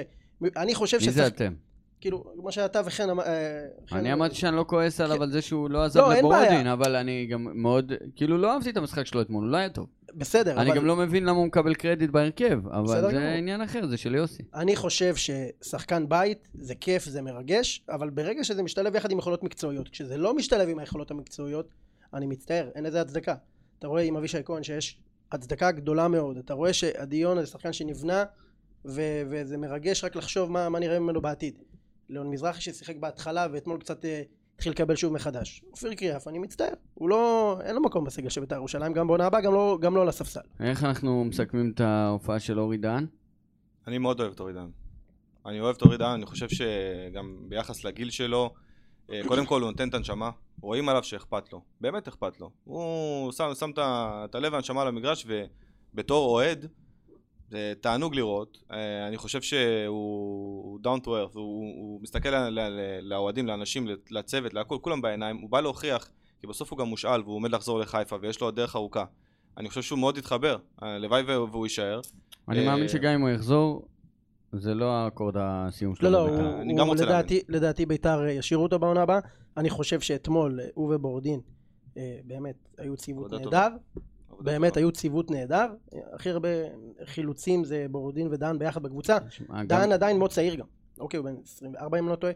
[SPEAKER 4] אני חושב
[SPEAKER 2] מי זה
[SPEAKER 4] ששחק-
[SPEAKER 2] אתם?
[SPEAKER 4] כאילו, כמו שאתה וחן אמר... אה, חן-
[SPEAKER 2] אני אמרתי שאני לא כועס עליו על זה שהוא לא עזב
[SPEAKER 4] כן. לא, אין
[SPEAKER 2] לבורודין,
[SPEAKER 4] בעיה.
[SPEAKER 2] אבל אני גם מאוד, כאילו לא אהבתי את המשחק שלו אתמול, הוא לא היה טוב.
[SPEAKER 4] בסדר,
[SPEAKER 2] אני
[SPEAKER 4] אבל
[SPEAKER 2] גם לא מבין למה הוא מקבל קרדיט בהרכב,
[SPEAKER 4] בסדר
[SPEAKER 2] אבל
[SPEAKER 4] גמור.
[SPEAKER 2] זה עניין אחר, זה של יוסי.
[SPEAKER 4] אני חושב ששחקן בית זה כיף, זה מרגש, אבל ברגע שזה משתלב יחד עם יכולות מקצועיות, כשזה לא משתלב עם היכולות המקצועיות, אני מצטער, אין לזה הצדקה. אתה רואה עם אבישי כהן שיש הצדקה גדולה מאוד, אתה רואה שעדיון זה שחקן שנבנה, ו- וזה מרגש רק לחשוב מה, מה נראה ממנו בעתיד. ליאון מזרחי ששיחק בהתחלה ואתמול קצת אה, התחיל לקבל שוב מחדש. אופיר קריאף, אני מצטער, הוא לא, אין לו מקום בסגל של בית"ר ירושלים, גם בעונה הבאה, גם לא, גם לא על הספסל.
[SPEAKER 2] איך אנחנו מסכמים את ההופעה של אורי דהן?
[SPEAKER 3] אני מאוד אוהב את אורי דהן. אני אוהב את אורי דהן, אני חושב שגם ביחס לגיל שלו, אה, קודם כל הוא נותן את הנשמה, רואים עליו שאכפת לו, באמת אכפת לו. הוא שם, שם את ה- את הלב והנשמה למגרש, ובתור אוהד, זה תענוג לראות. אה, אני חושב שהוא דאון טו ארף, הוא מסתכל ל- ל- ל- לאוהדים, לאנשים, לצוות, להכל, כולם בעיניים, הוא בא להוכיח, כי בסוף הוא גם מושאל והוא עומד לחזור לחיפה, ויש לו עוד דרך ארוכה. אני חושב שהוא מאוד התחבר, אה, הלוואי והוא והוא יישאר.
[SPEAKER 2] אני
[SPEAKER 3] אה,
[SPEAKER 2] מאמין שגם אם הוא יחזור, זה לא האקורד הסיום שלו.
[SPEAKER 4] לא, לא,
[SPEAKER 2] בבית"ר.
[SPEAKER 4] הוא,
[SPEAKER 3] אני
[SPEAKER 4] הוא,
[SPEAKER 3] גם
[SPEAKER 4] הוא
[SPEAKER 3] רוצה
[SPEAKER 4] לדעתי, לדעתי ביתר אה, ישאירו אותו בעונה הבאה. אני חושב שאתמול אה, הוא ובורדין אה, באמת היו ציוות
[SPEAKER 3] עבודה
[SPEAKER 4] נהדר.
[SPEAKER 3] עבודה
[SPEAKER 4] באמת
[SPEAKER 3] טובה.
[SPEAKER 4] היו ציוות נהדר. אה, הכי הרבה חילוצים זה בורדין ודן ביחד בקבוצה.
[SPEAKER 2] שמע, אה, גם-
[SPEAKER 4] דן עדיין מאוד צעיר גם. אוקיי, הוא בן 24 אם אני לא טועה.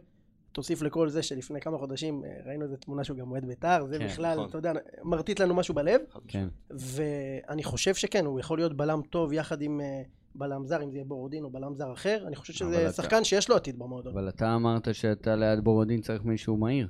[SPEAKER 4] תוסיף לכל זה שלפני כמה חודשים אה, ראינו איזה תמונה שהוא גם אוהד ביתר. זה
[SPEAKER 2] כן,
[SPEAKER 4] בכלל,
[SPEAKER 3] נכון.
[SPEAKER 4] אתה יודע, מרטיט לנו משהו בלב.
[SPEAKER 3] חד משמעית.
[SPEAKER 2] כן.
[SPEAKER 4] ואני חושב שכן, הוא יכול להיות בלם טוב יחד עם אה, בלם זר, אם זה יהיה בורדין או בלם זר אחר. אני חושב
[SPEAKER 2] אבל
[SPEAKER 4] שזה
[SPEAKER 2] אתה-
[SPEAKER 4] שחקן שיש לו עתיד במועדון.
[SPEAKER 2] אבל אתה אמרת שאתה ליד בורודין צריך מישהו מהיר.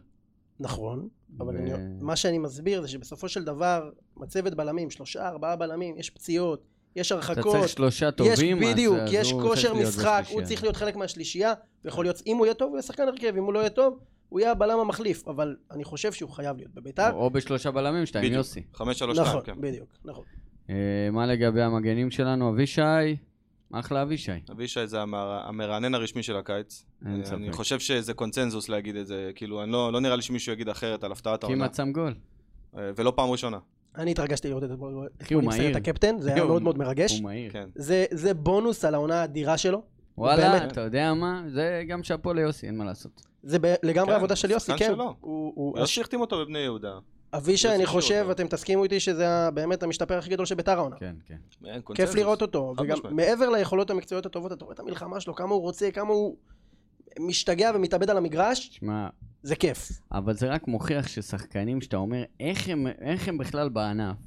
[SPEAKER 4] נכון, אבל
[SPEAKER 2] ו-
[SPEAKER 4] אני, מה שאני מסביר זה שבסופו של דבר מצבת בלמים, שלושה ארבעה בלמים, יש פציעות, יש
[SPEAKER 2] אתה
[SPEAKER 4] הרחקות,
[SPEAKER 2] צריך שלושה
[SPEAKER 4] יש
[SPEAKER 2] טובים, אז-
[SPEAKER 4] בדיוק,
[SPEAKER 2] אז
[SPEAKER 4] יש
[SPEAKER 2] הוא
[SPEAKER 4] כושר
[SPEAKER 2] צריך להיות
[SPEAKER 4] משחק, הוא
[SPEAKER 2] בשלישייה.
[SPEAKER 4] צריך להיות חלק מהשלישייה, הוא יכול להיות, אם הוא יהיה טוב הוא יהיה שחקן הרכב, אם הוא לא יהיה טוב הוא יהיה הבלם המחליף, אבל אני חושב שהוא חייב להיות בביתר,
[SPEAKER 2] או או בשלושה בלמים, שאתה עם
[SPEAKER 3] בדיוק.
[SPEAKER 2] יוסי.
[SPEAKER 3] חמש, שלוש,
[SPEAKER 4] נכון,
[SPEAKER 3] שתיים, כן.
[SPEAKER 4] בדיוק, נכון.
[SPEAKER 2] אה, מה לגבי המגנים שלנו? אבישי, אחלה אבישי.
[SPEAKER 3] אבישי זה המר- המרענן הרשמי של הקיץ.
[SPEAKER 2] אין
[SPEAKER 3] אה, אני
[SPEAKER 2] ספק.
[SPEAKER 3] חושב שזה קונצנזוס להגיד את זה. כאילו, אני לא, לא נראה לי שמישהו יגיד אחרת על הפתעת העונה.
[SPEAKER 2] כמעט שם גול.
[SPEAKER 3] אה, ולא פעם ראשונה.
[SPEAKER 4] אני התרגשתי לראות את זה,
[SPEAKER 2] אחי, הוא
[SPEAKER 4] אני מסיים את
[SPEAKER 2] מהיר.
[SPEAKER 4] הקפטן, זה היה
[SPEAKER 2] הוא-
[SPEAKER 4] מאוד מאוד מרגש,
[SPEAKER 2] הוא מהיר.
[SPEAKER 3] כן.
[SPEAKER 4] זה- זה בונוס על העונה האדירה שלו,
[SPEAKER 2] וואלה,
[SPEAKER 4] באמת.
[SPEAKER 2] אתה יודע מה? זה גם שאפו ליוסי, אין מה לעשות.
[SPEAKER 4] זה ב- לגמרי
[SPEAKER 3] כן,
[SPEAKER 4] עבודה של
[SPEAKER 3] הוא
[SPEAKER 4] יוסי,
[SPEAKER 3] שחקן
[SPEAKER 4] כן,
[SPEAKER 3] שלו.
[SPEAKER 4] הוא- הוא
[SPEAKER 3] יוסי החתים לא אותו בבני יהודה.
[SPEAKER 4] אבישי,
[SPEAKER 3] יוסי
[SPEAKER 4] אני
[SPEAKER 3] שהוא
[SPEAKER 4] חושב,
[SPEAKER 3] אותו.
[SPEAKER 4] אתם תסכימו איתי שזה ה- באמת המשתפר הכי גדול של ביתר העונה.
[SPEAKER 2] כן, כן.
[SPEAKER 3] אין, קונצנזוס.
[SPEAKER 4] כיף לראות אותו,
[SPEAKER 3] חד
[SPEAKER 4] וגם
[SPEAKER 3] משמעית.
[SPEAKER 4] מעבר ליכולות המקצועיות הטובות, אתה רואה את המלחמה שלו, כמה הוא רוצה, כמה הוא משתגע ומתאבד על המגרש,
[SPEAKER 2] שמע,
[SPEAKER 4] זה כיף.
[SPEAKER 2] אבל זה רק מוכיח ששחקנים שאתה אומר, איך הם- איך הם בכלל בענף?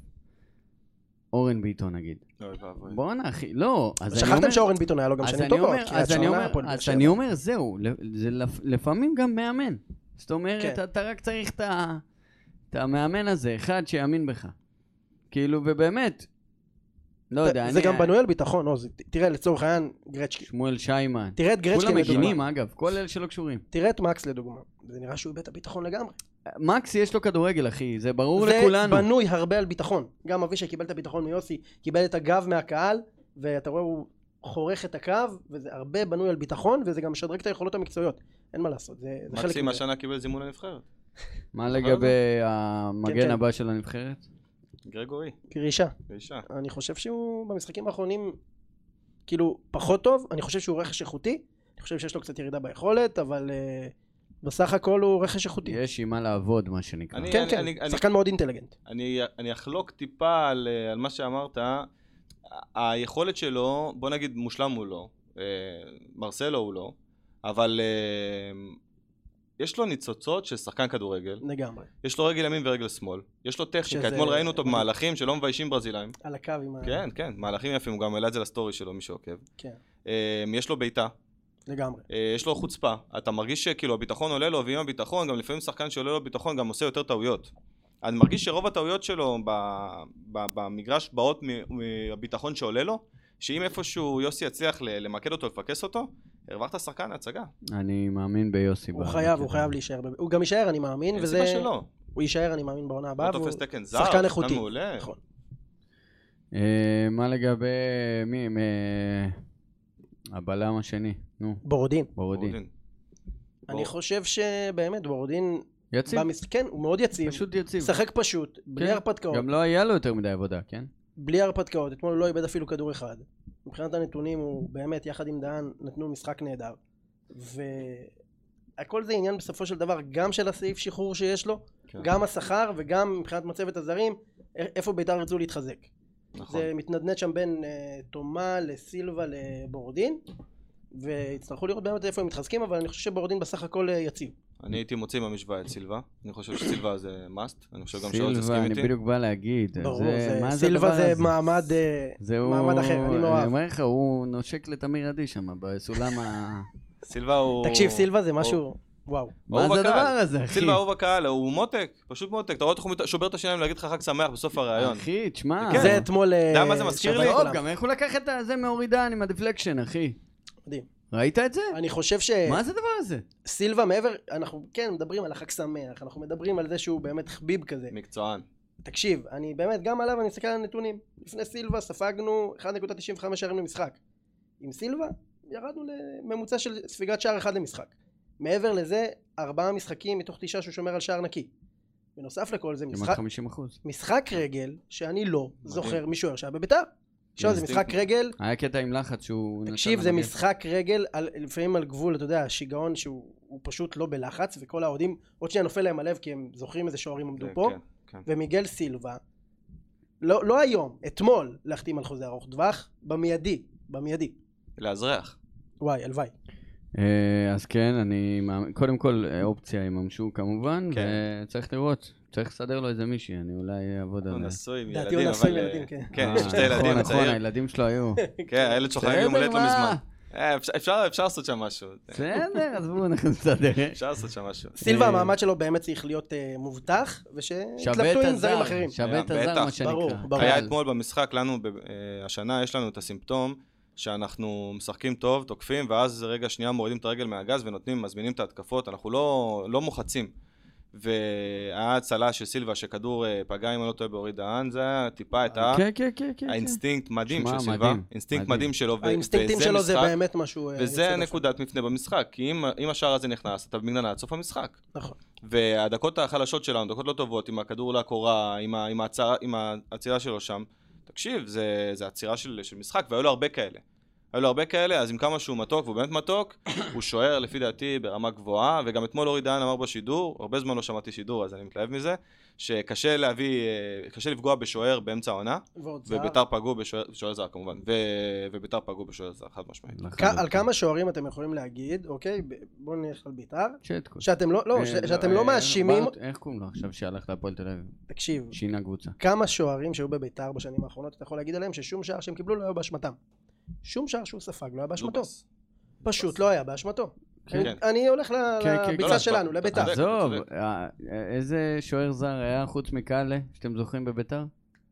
[SPEAKER 2] אורן ביטון נגיד.
[SPEAKER 3] אוי ואבוי.
[SPEAKER 2] בואנה אחי, לא, אז אני אומר...
[SPEAKER 4] שכחתם שאורן ביטון היה לו גם
[SPEAKER 2] אז
[SPEAKER 4] שנים
[SPEAKER 2] אני
[SPEAKER 4] טובות,
[SPEAKER 2] אומר,
[SPEAKER 4] קריית
[SPEAKER 2] אז אני
[SPEAKER 4] שמונה,
[SPEAKER 2] אומר,
[SPEAKER 4] הפועל באר
[SPEAKER 2] אז
[SPEAKER 4] שבע.
[SPEAKER 2] אני אומר, זהו, ל- זה לפ- לפעמים גם מאמן. זאת אומרת,
[SPEAKER 4] כן.
[SPEAKER 2] אתה רק צריך את ה- את המאמן הזה, אחד שיאמין בך. כאילו, ובאמת, לא
[SPEAKER 4] זה-
[SPEAKER 2] יודע, אני...
[SPEAKER 4] זה גם בנוי על ביטחון, עוז, ת- תראה לצורך העניין גרצ'קי,
[SPEAKER 2] שמואל שיימן.
[SPEAKER 4] תראה את גרצ'קי
[SPEAKER 2] כולם מגינים, אה?
[SPEAKER 4] לדוגמה,
[SPEAKER 2] אגב, כל אלה שלא קשורים.
[SPEAKER 4] תראה את מקס לדוגמה, זה נראה שהוא איבד את הביטחון לגמרי.
[SPEAKER 2] מקס יש לו כדורגל, אחי, זה ברור
[SPEAKER 4] זה
[SPEAKER 2] לכולנו.
[SPEAKER 4] בנוי הרבה על ביטחון, גם אבישי קיבל את הביטחון מיוסי, קיבל את הגב מהקהל, ואתה רואה הוא חורך את הקו, וזה הרבה בנוי על ביטחון, וזה גם משדרג את היכולות המקצועיות, אין מה לעשות, זה זה חלק
[SPEAKER 3] מקסים
[SPEAKER 4] מזה.
[SPEAKER 3] השנה קיבל זימון לנבחרת.
[SPEAKER 2] מה לגבי המגן
[SPEAKER 4] כן.
[SPEAKER 2] הבא של הנבחרת?
[SPEAKER 3] גרגורי,
[SPEAKER 4] קרישה.
[SPEAKER 3] אישה.
[SPEAKER 4] אני חושב שהוא במשחקים האחרונים כאילו פחות טוב, אני חושב שהוא רכש איכותי, אני חושב שיש לו קצת ירידה ביכולת, אבל אה, בסך הכל הוא רכש איכותי.
[SPEAKER 2] יש עם מה לעבוד, מה שנקרא.
[SPEAKER 3] אני-
[SPEAKER 4] כן, כן,
[SPEAKER 3] אני-
[SPEAKER 4] שחקן מאוד אינטליגנט.
[SPEAKER 3] אני, אני אחלוק טיפה על, אה, על מה שאמרת. ה- היכולת שלו, בוא נגיד מושלם הוא לא, אה, מרסלו הוא לא, אבל אה, יש לו ניצוצות של שחקן כדורגל,
[SPEAKER 4] לגמרי.
[SPEAKER 3] יש לו רגל ימין ורגל שמאל, יש לו טכניקה,
[SPEAKER 4] שזה- אה.
[SPEAKER 3] אתמול ראינו אותו במהלכים שלא מביישים ברזילאים.
[SPEAKER 4] על הקו עם ה...
[SPEAKER 3] כן, כן, מהלכים יפים, הוא גם העלה את זה לסטורי שלו, מי שעוקב.
[SPEAKER 4] כן,
[SPEAKER 3] אה, יש לו בעיטה,
[SPEAKER 4] לגמרי.
[SPEAKER 3] אה, יש לו חוצפה. אתה מרגיש שכאילו הביטחון עולה לו, ועם הביטחון, גם לפעמים שחקן שעולה לו ביטחון גם עושה יותר טעויות. אני מרגיש שרוב הטעויות שלו ב, ב, במגרש באות מ- מהביטחון שעולה לו, שאם איפשהו יוסי יצליח ל- למקד אותו, לפקס אותו, הרווחת שחקן להצגה.
[SPEAKER 2] אני מאמין ביוסי.
[SPEAKER 4] הוא
[SPEAKER 2] ב-
[SPEAKER 4] חייב, הוא חייב להישאר. ב- הוא גם יישאר, אני מאמין,
[SPEAKER 3] אין
[SPEAKER 4] וזה...
[SPEAKER 3] סיבה שלא.
[SPEAKER 4] הוא יישאר, אני מאמין, בעונה הבאה.
[SPEAKER 3] הוא תופס
[SPEAKER 4] והוא-
[SPEAKER 3] תקן זר,
[SPEAKER 4] שחקן איכותי.
[SPEAKER 3] מעולה.
[SPEAKER 4] נכון.
[SPEAKER 2] אה, מה לגבי... מי? מ- אה, הבלם השני, נו,
[SPEAKER 4] בורודין.
[SPEAKER 2] בורודין.
[SPEAKER 3] בורודין.
[SPEAKER 4] אני חושב שבאמת, בורודין...
[SPEAKER 2] יציב,
[SPEAKER 4] במס- כן, הוא מאוד יציב.
[SPEAKER 2] פשוט יציב.
[SPEAKER 4] משחק פשוט, בלי
[SPEAKER 2] כן.
[SPEAKER 4] הרפתקאות.
[SPEAKER 2] גם לא היה לו יותר מדי עבודה, כן?
[SPEAKER 4] בלי הרפתקאות, אתמול הוא לא איבד אפילו כדור אחד. מבחינת הנתונים הוא באמת, יחד עם דהן, נתנו משחק נהדר. והכל זה עניין בסופו של דבר גם של הסעיף שחרור שיש לו,
[SPEAKER 3] כן.
[SPEAKER 4] גם השכר וגם מבחינת מצבת הזרים, א- איפה בית"ר ירצו להתחזק.
[SPEAKER 3] נכון.
[SPEAKER 4] זה מתנדנד שם בין אה, תומה לסילבה לבורדין, ויצטרכו לראות באמת איפה הם מתחזקים, אבל אני חושב שבורדין בסך הכל אה, יציב.
[SPEAKER 3] אני הייתי מוציא מהמשוואה את סילבה. אני חושב שסילבה זה must. אני חושב גם שלא
[SPEAKER 2] סילבה,
[SPEAKER 3] תסכים
[SPEAKER 2] אני
[SPEAKER 3] איתי.
[SPEAKER 2] בדיוק בא להגיד.
[SPEAKER 4] ברור,
[SPEAKER 2] זה- מה
[SPEAKER 4] זה-
[SPEAKER 2] זה
[SPEAKER 4] סילבה
[SPEAKER 2] הדבר
[SPEAKER 4] זה
[SPEAKER 2] הזה?
[SPEAKER 4] מעמד... אה,
[SPEAKER 2] זה הוא...
[SPEAKER 4] מעמד אחר, אני מאוהב.
[SPEAKER 2] אני אומר לך, הוא נושק לתמיר עדי שם, בסולם
[SPEAKER 3] *laughs*
[SPEAKER 2] ה...
[SPEAKER 3] סילבה הוא...
[SPEAKER 4] תקשיב, סילבה זה
[SPEAKER 3] הוא-
[SPEAKER 4] משהו... וואו.
[SPEAKER 2] מה
[SPEAKER 3] אהוב
[SPEAKER 2] זה
[SPEAKER 3] הקהל.
[SPEAKER 2] הדבר הזה, אחי?
[SPEAKER 3] סילבה אהוב הקהל, הוא מותק, פשוט מותק. אתה רואה איך הוא מת- שובר את השיניים להגיד לך חג שמח בסוף הראיון.
[SPEAKER 2] אחי, תשמע.
[SPEAKER 3] כן.
[SPEAKER 4] זה אתמול... אה,
[SPEAKER 3] יודע מה זה מזכיר
[SPEAKER 4] שבר
[SPEAKER 3] לי?
[SPEAKER 4] את
[SPEAKER 2] טוב,
[SPEAKER 4] כולם.
[SPEAKER 2] גם איך הוא לקח את הזה מהורידן עם הדפלקשן, אחי?
[SPEAKER 4] מדהים. אה,
[SPEAKER 2] ראית את זה?
[SPEAKER 4] אני חושב ש...
[SPEAKER 2] מה זה הדבר הזה?
[SPEAKER 4] סילבה מעבר, אנחנו כן מדברים על החג שמח, אנחנו מדברים על זה שהוא באמת חביב כזה.
[SPEAKER 3] מקצוען.
[SPEAKER 4] תקשיב, אני באמת, גם עליו אני מסתכל על הנתונים. לפני סילבה ספגנו 1.95 שערים למשחק. עם סילבה ירדנו לממוצע של ספיגת שער אחד למשחק. מעבר לזה, ארבעה משחקים מתוך תשעה שהוא שומר על שער נקי. בנוסף לכל זה,
[SPEAKER 2] כמעט
[SPEAKER 4] משחק,
[SPEAKER 2] 50 אחוז.
[SPEAKER 4] משחק רגל שאני לא
[SPEAKER 3] מדהים.
[SPEAKER 4] זוכר משוער שהיה בביתר. עכשיו זה משחק
[SPEAKER 3] אינסטינקט.
[SPEAKER 4] רגל
[SPEAKER 2] היה קטע עם לחץ שהוא... נתן
[SPEAKER 4] תקשיב, זה
[SPEAKER 2] למגן.
[SPEAKER 4] משחק רגל, על, לפעמים על גבול, אתה יודע, שיגעון שהוא הוא פשוט לא בלחץ, וכל האוהדים, עוד שנייה נופל להם הלב כי הם זוכרים איזה שוערים עמדו
[SPEAKER 3] כן,
[SPEAKER 4] פה,
[SPEAKER 3] כן, כן.
[SPEAKER 4] ומיגל סילבה, לא, לא היום, אתמול, להחתים על חוזה ארוך טווח, במיידי, במיידי.
[SPEAKER 3] לאזרח.
[SPEAKER 4] וואי, הלוואי.
[SPEAKER 2] אה, אז כן, אני... מאמין- קודם כל, אה, אופציה יממשו כמובן,
[SPEAKER 3] כן.
[SPEAKER 2] וצריך לראות. צריך לסדר לו איזה מישהי, אני אולי אעבוד
[SPEAKER 3] הוא
[SPEAKER 2] על זה.
[SPEAKER 3] נשוי עם
[SPEAKER 4] לדעתי
[SPEAKER 3] ילדים,
[SPEAKER 4] הוא נשוי עם
[SPEAKER 3] אבל, אה,
[SPEAKER 4] ילדים, כן.
[SPEAKER 3] כן,
[SPEAKER 2] אה,
[SPEAKER 3] יש לו שתי ילדים,
[SPEAKER 2] נכון,
[SPEAKER 3] הוא
[SPEAKER 2] נכון,
[SPEAKER 3] צעיר.
[SPEAKER 2] הילדים שלו היו.
[SPEAKER 3] כן, הילד שלך היה יום הולדת לא
[SPEAKER 2] בסדר,
[SPEAKER 3] מזמן.
[SPEAKER 2] מה?
[SPEAKER 3] אה, אפשר- אפשר אפשר לעשות שם משהו.
[SPEAKER 2] בסדר, עזבו, אנחנו נסדר.
[SPEAKER 3] אפשר לעשות שם משהו.
[SPEAKER 4] סילבה,
[SPEAKER 2] אה.
[SPEAKER 4] המעמד שלו באמת צריך להיות אה, מובטח,
[SPEAKER 2] שווה את
[SPEAKER 4] ושיתלבטו עם זרים
[SPEAKER 2] הזר,
[SPEAKER 4] אחרים.
[SPEAKER 2] שווה את הזר,
[SPEAKER 3] אה, בטח.
[SPEAKER 2] מה שנקרא.
[SPEAKER 4] ברור, ברור.
[SPEAKER 3] היה
[SPEAKER 2] קהל.
[SPEAKER 3] אתמול במשחק, לנו, ב- אה, השנה יש לנו את הסימפטום שאנחנו משחקים טוב, תוקפים, ואז רגע שנייה מורידים את הרגל מהגז ונותנים, מזמינים את ההתקפות, אנחנו לא, לא מוחצים. והיה הצלה של סילבה, שכדור אה, פגע, אם אני לא טועה, באורי דהן, זה היה טיפה את ה...
[SPEAKER 2] כן, כן, כן, כן. כן.
[SPEAKER 3] האינסטינקט מדהים
[SPEAKER 2] שמע,
[SPEAKER 3] של סילבה,
[SPEAKER 2] מדהים,
[SPEAKER 3] אינסטינקט
[SPEAKER 2] מדהים.
[SPEAKER 3] מדהים שלו, ו-
[SPEAKER 4] האינסטינקטים
[SPEAKER 3] וזה
[SPEAKER 4] שלו זה
[SPEAKER 3] משחק-
[SPEAKER 4] באמת משהו... אה, יוצא
[SPEAKER 3] וזה
[SPEAKER 4] דופן.
[SPEAKER 3] נקודת מפנה במשחק, כי אם, אם השער הזה נכנס, אתה במגננה עד סוף המשחק.
[SPEAKER 4] נכון.
[SPEAKER 3] והדקות החלשות שלנו, דקות לא טובות, עם הכדור לקורה, עם, ה- עם, ההצעה, עם העצירה שלו שם, תקשיב, זה, זה עצירה של, של משחק, והיו לו הרבה כאלה. היו לו הרבה כאלה, אז עם כמה שהוא מתוק, והוא באמת מתוק, *coughs* הוא שוער, לפי דעתי, ברמה גבוהה, וגם אתמול אורי דהן אמר בשידור, הרבה זמן לא שמעתי שידור, אז אני מתלהב מזה, שקשה להביא, אה, קשה לפגוע בשוער באמצע העונה,
[SPEAKER 4] ועוד זר.
[SPEAKER 3] וביתר פגעו בשוער בשוער זר כמובן, ו- וביתר פגעו בשוער זר, חד משמעית.
[SPEAKER 2] לחלוטין.
[SPEAKER 4] כ- על כמה שוערים אתם יכולים להגיד, אוקיי, ב- בואו נלך על בית"ר,
[SPEAKER 2] צ'טקוס.
[SPEAKER 4] שאתם לא, לא,
[SPEAKER 2] אה,
[SPEAKER 4] ש- שאתם לא
[SPEAKER 2] אה,
[SPEAKER 4] מאשימים,
[SPEAKER 2] ברט, איך קוראים לו עכשיו שהלך להפועל תל אביב?
[SPEAKER 4] תקשיב,
[SPEAKER 2] שינה קבוצה.
[SPEAKER 4] כמה שוערים שהיו בביתר בשנים האחרונות, אתה יכול להגיד עליהם ששום שער שהם קיבלו לא היה באשמתם. שום שער שהוא ספג לא היה באשמתו.
[SPEAKER 3] לופס.
[SPEAKER 4] פשוט לא היה באשמתו.
[SPEAKER 2] כן.
[SPEAKER 4] אני- אני הולך ל-
[SPEAKER 2] כן, כן,
[SPEAKER 4] לביצה
[SPEAKER 3] כן.
[SPEAKER 4] שלנו,
[SPEAKER 3] לא, לא,
[SPEAKER 4] לביתר.
[SPEAKER 3] צודק,
[SPEAKER 2] עזוב,
[SPEAKER 3] צודק.
[SPEAKER 2] אה, איזה שוער זר היה חוץ מקאלה, שאתם זוכרים בביתר?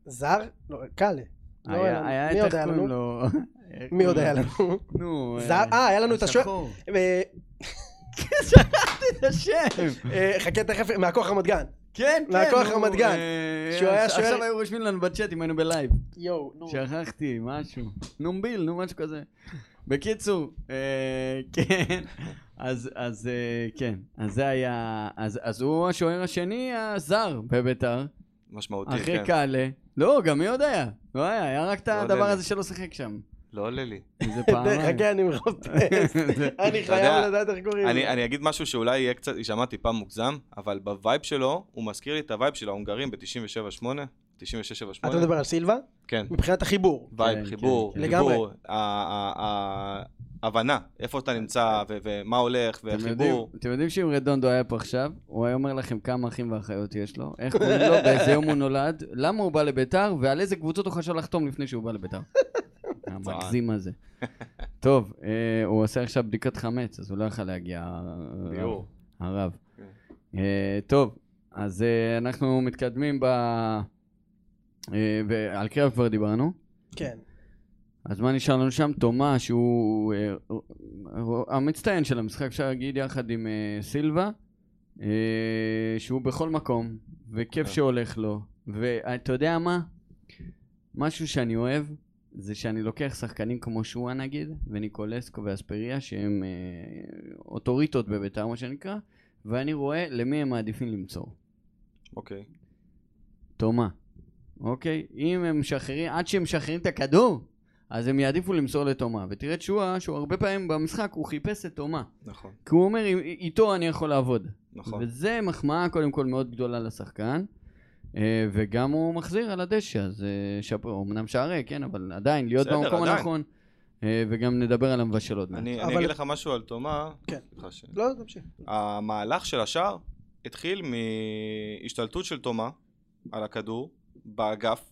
[SPEAKER 4] זר? לא, קאלה. לא היה
[SPEAKER 2] היה,
[SPEAKER 4] לנו.
[SPEAKER 2] היה
[SPEAKER 4] מי
[SPEAKER 2] את איך
[SPEAKER 4] עוד היה
[SPEAKER 2] קוראים
[SPEAKER 4] לנו?
[SPEAKER 2] לו? כן. איך
[SPEAKER 4] מי עוד
[SPEAKER 2] קוראים
[SPEAKER 4] היה
[SPEAKER 2] לו? *laughs*
[SPEAKER 4] לנו?
[SPEAKER 2] נו,
[SPEAKER 4] זר? אה, היה לנו את השוער.
[SPEAKER 2] השחור. *laughs*
[SPEAKER 4] אה,
[SPEAKER 2] שכחתי את השם.
[SPEAKER 4] אה, חכה תכף, מהכוח רמת גן.
[SPEAKER 2] כן, כן.
[SPEAKER 4] מהכוח
[SPEAKER 2] נו,
[SPEAKER 4] רמת גן.
[SPEAKER 2] אה,
[SPEAKER 4] שהוא היה
[SPEAKER 2] עכשיו
[SPEAKER 4] שוער-
[SPEAKER 2] היו רושמים לנו בצ'אט אם היינו בלייב.
[SPEAKER 4] יואו, נו.
[SPEAKER 2] שכחתי, משהו. נומביל, נו, משהו כזה. בקיצור, אה, *laughs* כן, אז, אז אה, כן, אז זה היה, אז, אז הוא השוער השני הזר בביתר,
[SPEAKER 3] משמעותי,
[SPEAKER 2] אחרי
[SPEAKER 3] כן.
[SPEAKER 2] קאלה. לא, גם מי עוד היה? לא היה, היה רק את
[SPEAKER 3] לא
[SPEAKER 2] הדבר
[SPEAKER 3] יודע.
[SPEAKER 2] הזה שלא שיחק שם.
[SPEAKER 3] לא עולה לי.
[SPEAKER 2] איזה פעמיים.
[SPEAKER 4] חכה, אני
[SPEAKER 2] *laughs*
[SPEAKER 4] מחפש. אני
[SPEAKER 3] אתה
[SPEAKER 4] חייב
[SPEAKER 3] יודע,
[SPEAKER 4] לדעת איך קוראים.
[SPEAKER 3] אני,
[SPEAKER 4] לו.
[SPEAKER 3] אני אגיד משהו שאולי יהיה קצת, יישמע טיפה מוגזם, אבל בווייב שלו, הוא מזכיר לי את הווייב של ההונגרים ב-97-8, 96-7-8.
[SPEAKER 4] אתה מדבר על סילבה?
[SPEAKER 3] כן.
[SPEAKER 4] מבחינת החיבור.
[SPEAKER 3] וייב,
[SPEAKER 2] כן,
[SPEAKER 3] חיבור,
[SPEAKER 2] כן,
[SPEAKER 4] כן.
[SPEAKER 3] חיבור.
[SPEAKER 4] לגמרי.
[SPEAKER 3] ה- ה- ה- הבנה, איפה אתה נמצא ו- ומה הולך
[SPEAKER 2] אתם יודעים-
[SPEAKER 3] והחיבור.
[SPEAKER 2] אתם יודעים שאם רדונדו היה פה עכשיו, הוא היה אומר לכם כמה אחים ואחיות יש לו, איך קוראים לו, באיזה יום הוא נולד, למה הוא בא לביתר, ועל איזה קבוצות הוא חשב לחתום לפני שהוא בא לביתר. המגזים הזה. טוב, אה, הוא עושה עכשיו בדיקת חמץ, אז הוא לא יכל להגיע, הרב.
[SPEAKER 3] ביור.
[SPEAKER 2] הרב.
[SPEAKER 3] כן.
[SPEAKER 2] אה, טוב, אז אה, אנחנו מתקדמים ב... אה, ועל קרב כבר דיברנו.
[SPEAKER 4] כן.
[SPEAKER 2] אז מה נשאר לנו שם? תומה, שהוא אה, אה, המצטיין של המשחק, אפשר להגיד, יחד עם אה, סילבה, אה, שהוא בכל מקום, וכיף
[SPEAKER 3] כן.
[SPEAKER 2] שהולך לו. ואתה יודע מה? משהו שאני אוהב, זה שאני לוקח שחקנים כמו שואה נגיד, וניקולסקו ואספריה, שהם אה, אוטוריטות בבית"ר, מה שנקרא, ואני רואה למי הם מעדיפים למצוא.
[SPEAKER 3] אוקיי.
[SPEAKER 2] תומה. אוקיי? אם הם משחררים, עד שהם משחררים את הכדור, אז הם יעדיפו למסור לתומה. ותראה את שואה, שהוא הרבה פעמים במשחק, הוא חיפש את תומה.
[SPEAKER 3] נכון,
[SPEAKER 2] כי הוא אומר, "אי- איתו אני יכול לעבוד.
[SPEAKER 3] נכון.
[SPEAKER 2] וזה מחמאה קודם כל מאוד גדולה לשחקן. אה, וגם הוא מחזיר על הדשא, אז אה, שאפו, אמנם שערי, כן, אבל עדיין, להיות
[SPEAKER 3] בסדר,
[SPEAKER 2] במקום
[SPEAKER 3] עדיין.
[SPEAKER 2] הנכון. אה, וגם נדבר על המבשל עוד מעט.
[SPEAKER 3] אני
[SPEAKER 4] אבל-
[SPEAKER 3] אני אגיד לך משהו על תומה.
[SPEAKER 4] כן.
[SPEAKER 3] סליחה ש-
[SPEAKER 4] לא, תמשיך.
[SPEAKER 3] המהלך של השער התחיל מהשתלטות של תומה על הכדור באגף,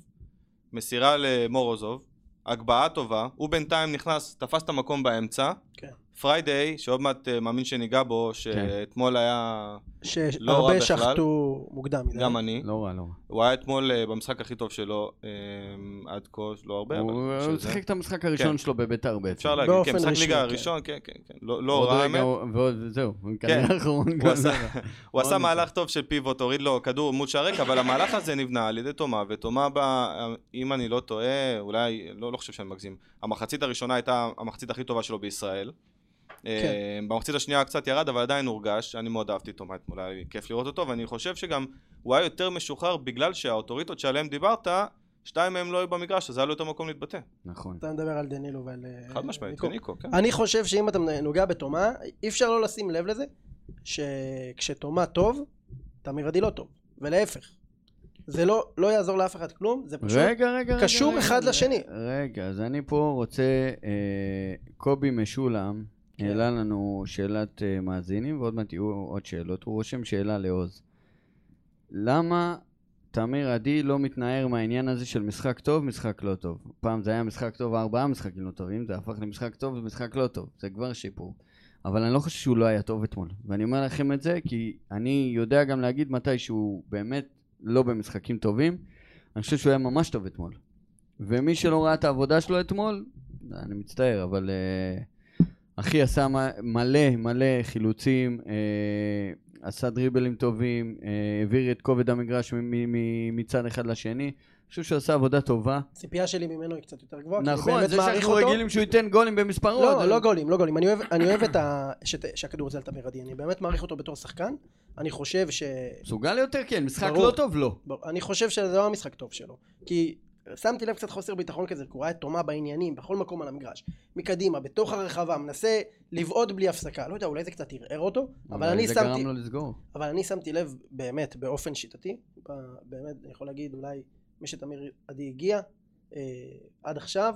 [SPEAKER 3] מסירה למורוזוב, הגבהה טובה, הוא בינתיים נכנס, תפס את המקום באמצע.
[SPEAKER 4] כן.
[SPEAKER 3] פריידיי, שעוד מעט אה, מאמין שניגע בו, שאתמול היה רע
[SPEAKER 4] שהרבה
[SPEAKER 3] בכלל.
[SPEAKER 4] שחטו מוקדם מדי.
[SPEAKER 3] גם אני,
[SPEAKER 2] לא רע, לא רע.
[SPEAKER 3] הוא היה אתמול אה, במשחק הכי טוב שלו אה, עד כה, לא הרבה, אבל...
[SPEAKER 2] הוא
[SPEAKER 3] של
[SPEAKER 2] הוא
[SPEAKER 3] זה.
[SPEAKER 2] שיחק את המשחק הראשון שלו בביתר בעצם.
[SPEAKER 3] כן. אפשר להגיד,
[SPEAKER 4] באופן
[SPEAKER 3] כן, משחק
[SPEAKER 4] רשמי,
[SPEAKER 3] ליגה
[SPEAKER 4] כן.
[SPEAKER 3] הראשון, כן, כן, כן, לא- לא
[SPEAKER 2] עוד
[SPEAKER 3] רע
[SPEAKER 2] רגע,
[SPEAKER 3] האמת.
[SPEAKER 2] הוא- ועוד- זהו,
[SPEAKER 3] כן.
[SPEAKER 2] כנראה האחרון
[SPEAKER 3] הוא
[SPEAKER 2] גם
[SPEAKER 3] עשה-
[SPEAKER 2] לא רע.
[SPEAKER 3] הוא
[SPEAKER 2] מאוד
[SPEAKER 3] עשה
[SPEAKER 2] מצחיק.
[SPEAKER 3] מהלך טוב של פיבוט, הוריד לו כדור מול שערק, אבל המהלך הזה נבנה על ידי תומה, ותומה, ב- אם אני לא טועה, אולי, לא, לא חושב שאני מגזים, המחצית הראשונה הייתה המחצית הכי טובה שלו בישראל. אה,
[SPEAKER 4] כן.
[SPEAKER 3] במחצית השנייה קצת ירד, אבל עדיין הורגש, אני מאוד אהבתי את תומה אתמול, היה לי כיף לראות אותו, ואני חושב שגם הוא היה יותר משוחרר בגלל שהאוטוריטות שעליהן דיברת, שתיים מהם לא היו במגרש, אז היה לו יותר מקום להתבטא.
[SPEAKER 2] נכון.
[SPEAKER 4] אתה מדבר על דנילו ועל... אה,
[SPEAKER 3] חד משמעית,
[SPEAKER 4] ניקו.
[SPEAKER 3] קניקו, כן.
[SPEAKER 4] אני חושב שאם אתה נוגע בתומה, אי אפשר לא לשים לב לזה, שכשתומה טוב, תמיר עדי לא טוב, ולהפך. זה לא, לא יעזור לאף אחד כלום, זה פשוט...
[SPEAKER 2] רגע, רגע, רגע.
[SPEAKER 4] קשור
[SPEAKER 2] רגע,
[SPEAKER 4] אחד
[SPEAKER 2] רגע.
[SPEAKER 4] לשני.
[SPEAKER 2] רגע, אז אני פה רוצה... אה, קובי משולם
[SPEAKER 4] כן.
[SPEAKER 2] העלה לנו שאלת אה, מאזינים, ועוד מעט יהיו עוד שאלות. הוא רושם שאלה לעוז. למה תמיר עדי לא מתנער מהעניין הזה של משחק טוב, משחק לא טוב? פעם זה היה משחק טוב, ארבעה משחקים לא טובים, זה הפך למשחק טוב ומשחק לא טוב. זה כבר שיפור. אבל אני לא חושב שהוא לא היה טוב אתמול. ואני אומר לכם את זה כי אני יודע גם להגיד מתי שהוא באמת לא במשחקים טובים. אני חושב שהוא היה ממש טוב אתמול. ומי שלא ראה את העבודה שלו אתמול, אני מצטער, אבל אה, אחי עשה מ- מלא מלא חילוצים, אה, עשה דריבלים טובים, אה, העביר את כובד המגרש מ- מ- מ- מצד אחד לשני. אני חושב שהוא עשה עבודה טובה.
[SPEAKER 4] הציפייה שלי ממנו היא קצת יותר גבוהה, כי לא, אני
[SPEAKER 2] נכון,
[SPEAKER 4] באמת
[SPEAKER 2] זה
[SPEAKER 4] מעריך
[SPEAKER 2] שאנחנו
[SPEAKER 4] אותו.
[SPEAKER 2] רגילים שהוא ייתן גולים במספרות.
[SPEAKER 4] לא,
[SPEAKER 2] אבל-
[SPEAKER 4] לא גולים, לא גולים. אני אוהב, אני אוהב את ה... שת, שהכדור אצל תמיר עדי, אני באמת מעריך אותו בתור שחקן. אני חושב ש...
[SPEAKER 2] מסוגל יותר? כן, משחק
[SPEAKER 4] ברור.
[SPEAKER 2] לא טוב לא.
[SPEAKER 4] בוא, אני חושב שזה לא המשחק טוב שלו. כי שמתי לב קצת חוסר ביטחון כזה, כי הוא ראה את תומה בעניינים, בכל מקום על המגרש. מקדימה, בתוך הרחבה, מנסה לבעוט בלי הפסקה. לא יודע, אולי זה קצת ערער אותו, אבל
[SPEAKER 2] אולי
[SPEAKER 4] אני,
[SPEAKER 2] זה
[SPEAKER 4] שמתי,
[SPEAKER 2] גרם לו לסגור.
[SPEAKER 4] אבל אני שמתי לב באמת, באופן שיטתי, ב- באמת, אני יכול להגיד, אולי מי שתמיר עדי הגיע אה, עד עכשיו,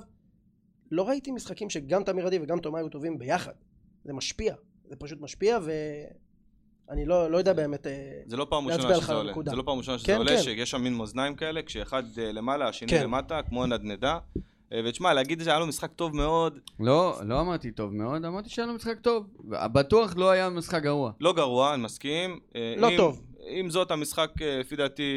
[SPEAKER 4] לא ראיתי משחקים שגם תמיר עדי וגם תומה היו טובים ביחד. זה משפיע, זה פשוט משפיע, ואני לא, לא יודע באמת... אה,
[SPEAKER 3] זה לא פעם
[SPEAKER 4] להצביע
[SPEAKER 3] ראשונה
[SPEAKER 4] לך
[SPEAKER 3] שזה
[SPEAKER 4] על
[SPEAKER 3] עולה.
[SPEAKER 4] נקודה.
[SPEAKER 3] זה לא פעם ראשונה
[SPEAKER 4] כן,
[SPEAKER 3] שזה עולה,
[SPEAKER 4] כן.
[SPEAKER 3] שיש שם מין מאזניים כאלה, כשאחד אה, למעלה, השני
[SPEAKER 4] כן.
[SPEAKER 3] למטה, כמו נדנדה. אה, ותשמע, להגיד שהיה לו משחק טוב מאוד,
[SPEAKER 2] לא, לא אמרתי טוב מאוד, אמרתי שהיה לו משחק טוב. בטוח לא היה משחק גרוע.
[SPEAKER 3] לא גרוע, אני מסכים. אה,
[SPEAKER 4] לא
[SPEAKER 3] אם-
[SPEAKER 4] טוב.
[SPEAKER 3] עם זאת, המשחק, אה, לפי דעתי,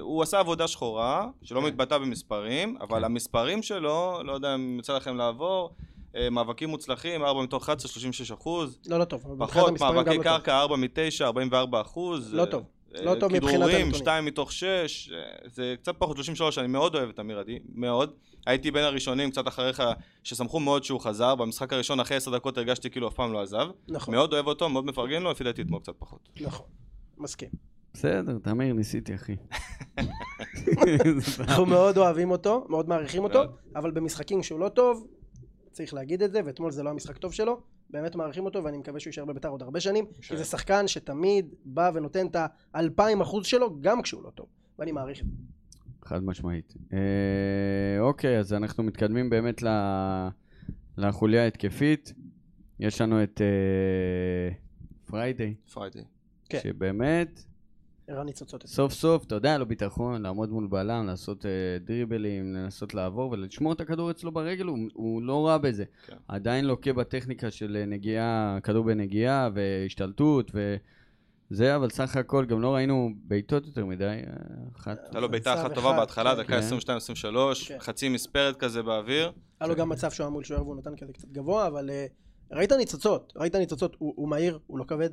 [SPEAKER 3] הוא עשה עבודה שחורה, שלא
[SPEAKER 2] כן.
[SPEAKER 3] מתבטא במספרים, אבל
[SPEAKER 2] כן.
[SPEAKER 3] המספרים שלו, לא יודע אם יצא לכם לעבור, אה, מאבקים מוצלחים, 4 מתוך 11, 36 אחוז.
[SPEAKER 4] לא, לא טוב, אבל מבחינת
[SPEAKER 3] פחות,
[SPEAKER 4] המספרים גם
[SPEAKER 3] מאבקי
[SPEAKER 4] לא טוב.
[SPEAKER 3] קרקע, 4 מ-9, 44 אחוז. אה,
[SPEAKER 4] לא טוב. לא טוב מבחינת הנתונים.
[SPEAKER 3] כדרורים, 2 מתוך 6, זה קצת פחות 33, אני מאוד אוהב את אמיר עדי, מאוד. הייתי בין הראשונים, קצת אחריך, ששמחו מאוד שהוא חזר, במשחק הראשון אחרי 10 דקות הרגשתי כאילו אף פעם לא עזב.
[SPEAKER 4] נכון,
[SPEAKER 3] מאוד אוהב אותו, מאוד מפרגן לו, לפי דעתי אתמול קצת פחות.
[SPEAKER 4] נכון.
[SPEAKER 3] *laughs*
[SPEAKER 4] מסכים.
[SPEAKER 2] בסדר, תמיר, ניסיתי, אחי.
[SPEAKER 4] אנחנו מאוד אוהבים אותו, מאוד מעריכים אותו,
[SPEAKER 3] מאוד.
[SPEAKER 4] אבל במשחקים שהוא לא טוב, צריך להגיד את זה, ואתמול זה לא המשחק טוב שלו, באמת מעריכים אותו, ואני מקווה שהוא יישאר בביתר עוד הרבה שנים, כי
[SPEAKER 3] יישאר.
[SPEAKER 4] זה שחקן שתמיד בא ונותן את האלפיים אחוז שלו, גם כשהוא לא טוב, ואני מעריך את זה.
[SPEAKER 2] חד משמעית. אה, אוקיי, אז אנחנו מתקדמים באמת ל... לחוליה ההתקפית. יש לנו את אה, פריידי,
[SPEAKER 3] פריידי.
[SPEAKER 4] כן.
[SPEAKER 2] שבאמת,
[SPEAKER 4] ערן ניצוצות.
[SPEAKER 2] סוף סוף, אתה יודע, היה לו ביטחון, לעמוד מול בלם, לעשות אה, דריבלים, לנסות לעבור ולשמור את הכדור אצלו ברגל, הוא, הוא לא רע בזה.
[SPEAKER 3] כן.
[SPEAKER 2] עדיין לוקה בטכניקה של אה, נגיעה, כדור בנגיעה והשתלטות וזה, אבל סך הכל גם לא ראינו בעיטות יותר מדי. אה, אחת.
[SPEAKER 3] הייתה לו בעיטה
[SPEAKER 4] מצב
[SPEAKER 3] אחת טובה
[SPEAKER 4] כן. אחד,
[SPEAKER 3] בהתחלה,
[SPEAKER 4] כן.
[SPEAKER 3] דקה
[SPEAKER 2] כן.
[SPEAKER 3] 22-23,
[SPEAKER 4] כן.
[SPEAKER 3] חצי מספרת כזה באוויר.
[SPEAKER 4] היה
[SPEAKER 3] כן.
[SPEAKER 4] לו גם מצב שהוא היה מול שוער והוא נתן כזה קצת גבוה, אבל אה, ראית ניצוצות, ראית ניצוצות, הוא הוא מהיר, הוא לא כבד.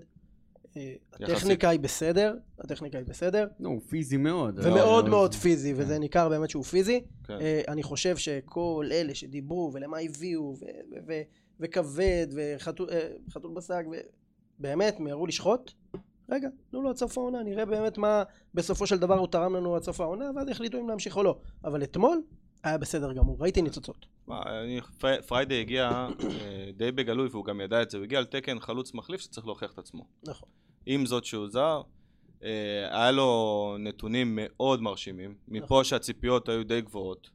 [SPEAKER 4] אה,
[SPEAKER 3] יחסית.
[SPEAKER 4] הטכניקה היא בסדר, הטכניקה היא בסדר,
[SPEAKER 2] נו, הוא פיזי מאוד.
[SPEAKER 4] ומאוד
[SPEAKER 2] לא-
[SPEAKER 4] מאוד פיזי, וזה ניכר באמת שהוא פיזי.
[SPEAKER 3] כן.
[SPEAKER 4] אה, אני חושב שכל אלה שדיברו ולמה הביאו ו- ו- ו- וכבד וחתול אה, חתול בשק ו- באמת מיהרו לשחוט רגע תנו לו עד סוף העונה נראה באמת מה בסופו של דבר הוא תרם לנו עד סוף העונה ואז יחליטו אם להמשיך או לא אבל אתמול היה בסדר גמור ראיתי ניצוצות
[SPEAKER 3] מה, אני, פר- פריידי הגיע אה, די בגלוי והוא גם ידע את זה, הוא הגיע על תקן חלוץ מחליף שצריך להוכיח את עצמו.
[SPEAKER 4] נכון
[SPEAKER 3] עם זאת שהוא זר, אה, היה לו נתונים מאוד מרשימים, מפה
[SPEAKER 4] נכון.
[SPEAKER 3] שהציפיות היו די גבוהות.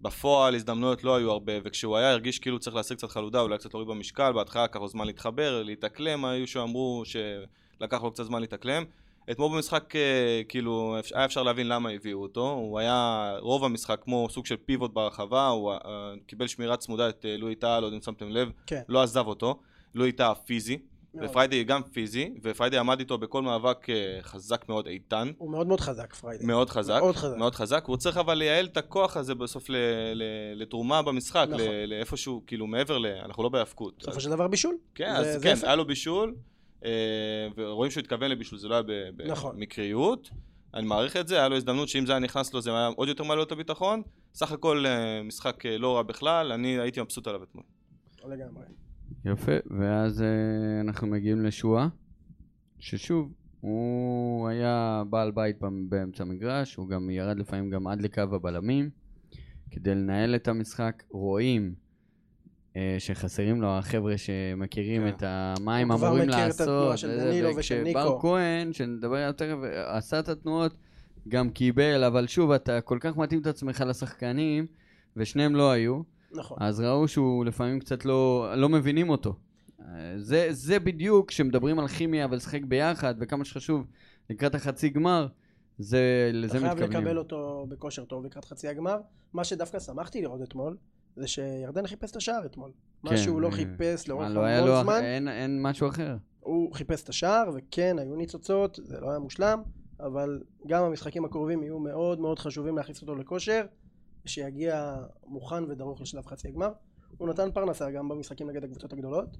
[SPEAKER 3] בפועל הזדמנויות לא היו הרבה, וכשהוא היה הרגיש כאילו צריך להשיג קצת חלודה, אולי קצת להוריד במשקל, בהתחלה לקח לו זמן להתחבר, להתאקלם, היו שאמרו שלקח לו קצת זמן להתאקלם. אתמול במשחק, אה, כאילו, אפ- היה אפשר להבין למה הביאו אותו, הוא היה רוב המשחק כמו סוג של פיבוט ברחבה, הוא אה, קיבל שמירה צמודה את אה, לואי טאה, לא יודע אם שמתם לב,
[SPEAKER 4] כן
[SPEAKER 3] לא עזב אותו, לואי טאה פיזי, ופריידי גם פיזי, ופריידי עמד איתו בכל מאבק אה, חזק מאוד, איתן,
[SPEAKER 4] הוא מאוד מאוד חזק פריידי
[SPEAKER 3] מאוד חזק,
[SPEAKER 4] מאוד חזק.
[SPEAKER 3] מאוד חזק, הוא צריך אבל לייעל את הכוח הזה בסוף ל, ל, לתרומה במשחק,
[SPEAKER 4] נכון.
[SPEAKER 3] ל, לאיפשהו, כאילו מעבר ל... אנחנו לא בהאבקות.
[SPEAKER 4] בסופו
[SPEAKER 3] אז-
[SPEAKER 4] של דבר בישול
[SPEAKER 3] כן,
[SPEAKER 4] זה-
[SPEAKER 3] אז
[SPEAKER 4] זה
[SPEAKER 3] כן,
[SPEAKER 4] יפה.
[SPEAKER 3] היה לו בישול, אה, ורואים שהוא התכוון לבישול, זה לא היה ב-
[SPEAKER 4] נכון.
[SPEAKER 3] במקריות. אני מעריך את זה, היה לו הזדמנות שאם זה היה נכנס לו זה היה עוד יותר מעלה לו את הביטחון. סך הכל אה, משחק אה, לא רע בכלל, אני הייתי מבסוט עליו אתמול.
[SPEAKER 4] לגמרי
[SPEAKER 2] יפה, ואז אה, אנחנו מגיעים לשואה, ששוב, הוא היה בעל בית במ- באמצע המגרש, הוא גם ירד לפעמים גם עד לקו הבלמים, כדי לנהל את המשחק, רואים אה, שחסרים לו החבר'ה שמכירים
[SPEAKER 3] כן.
[SPEAKER 2] את ה... מה הם
[SPEAKER 4] הוא כבר
[SPEAKER 2] אמורים
[SPEAKER 4] מכיר את התנועה
[SPEAKER 2] לעשות,
[SPEAKER 4] של
[SPEAKER 2] וזה,
[SPEAKER 4] דנילו ושל
[SPEAKER 2] וכשבר
[SPEAKER 4] ניקו.
[SPEAKER 2] כהן, שנדבר עליו תכף, עשה את התנועות, גם קיבל, אבל שוב, אתה כל כך מתאים את עצמך לשחקנים, ושניהם לא היו.
[SPEAKER 4] נכון
[SPEAKER 2] אז ראו שהוא לפעמים קצת לא, לא מבינים אותו. אה, זה, זה בדיוק, כשמדברים על כימיה ולשחק ביחד, וכמה שחשוב, לקראת החצי גמר, זה, לזה
[SPEAKER 4] אתה חייב
[SPEAKER 2] מתכוונים.
[SPEAKER 4] לקבל אותו בכושר טוב לקראת חצי הגמר. מה שדווקא שמחתי לראות אתמול, זה שירדן חיפש את השער אתמול.
[SPEAKER 2] כן,
[SPEAKER 4] מה שהוא לא
[SPEAKER 2] אה,
[SPEAKER 4] חיפש לאורך
[SPEAKER 2] מה, לא היה לו,
[SPEAKER 4] המון זמן,
[SPEAKER 2] אין, אין משהו אחר.
[SPEAKER 4] הוא חיפש את השער, וכן, היו ניצוצות, זה לא היה מושלם, אבל גם המשחקים הקרובים יהיו מאוד מאוד חשובים להכניס אותו לכושר, שיגיע מוכן ודרוך לשלב חצי הגמר. הוא נתן פרנסה גם במשחקים נגד הקבוצות הגדולות.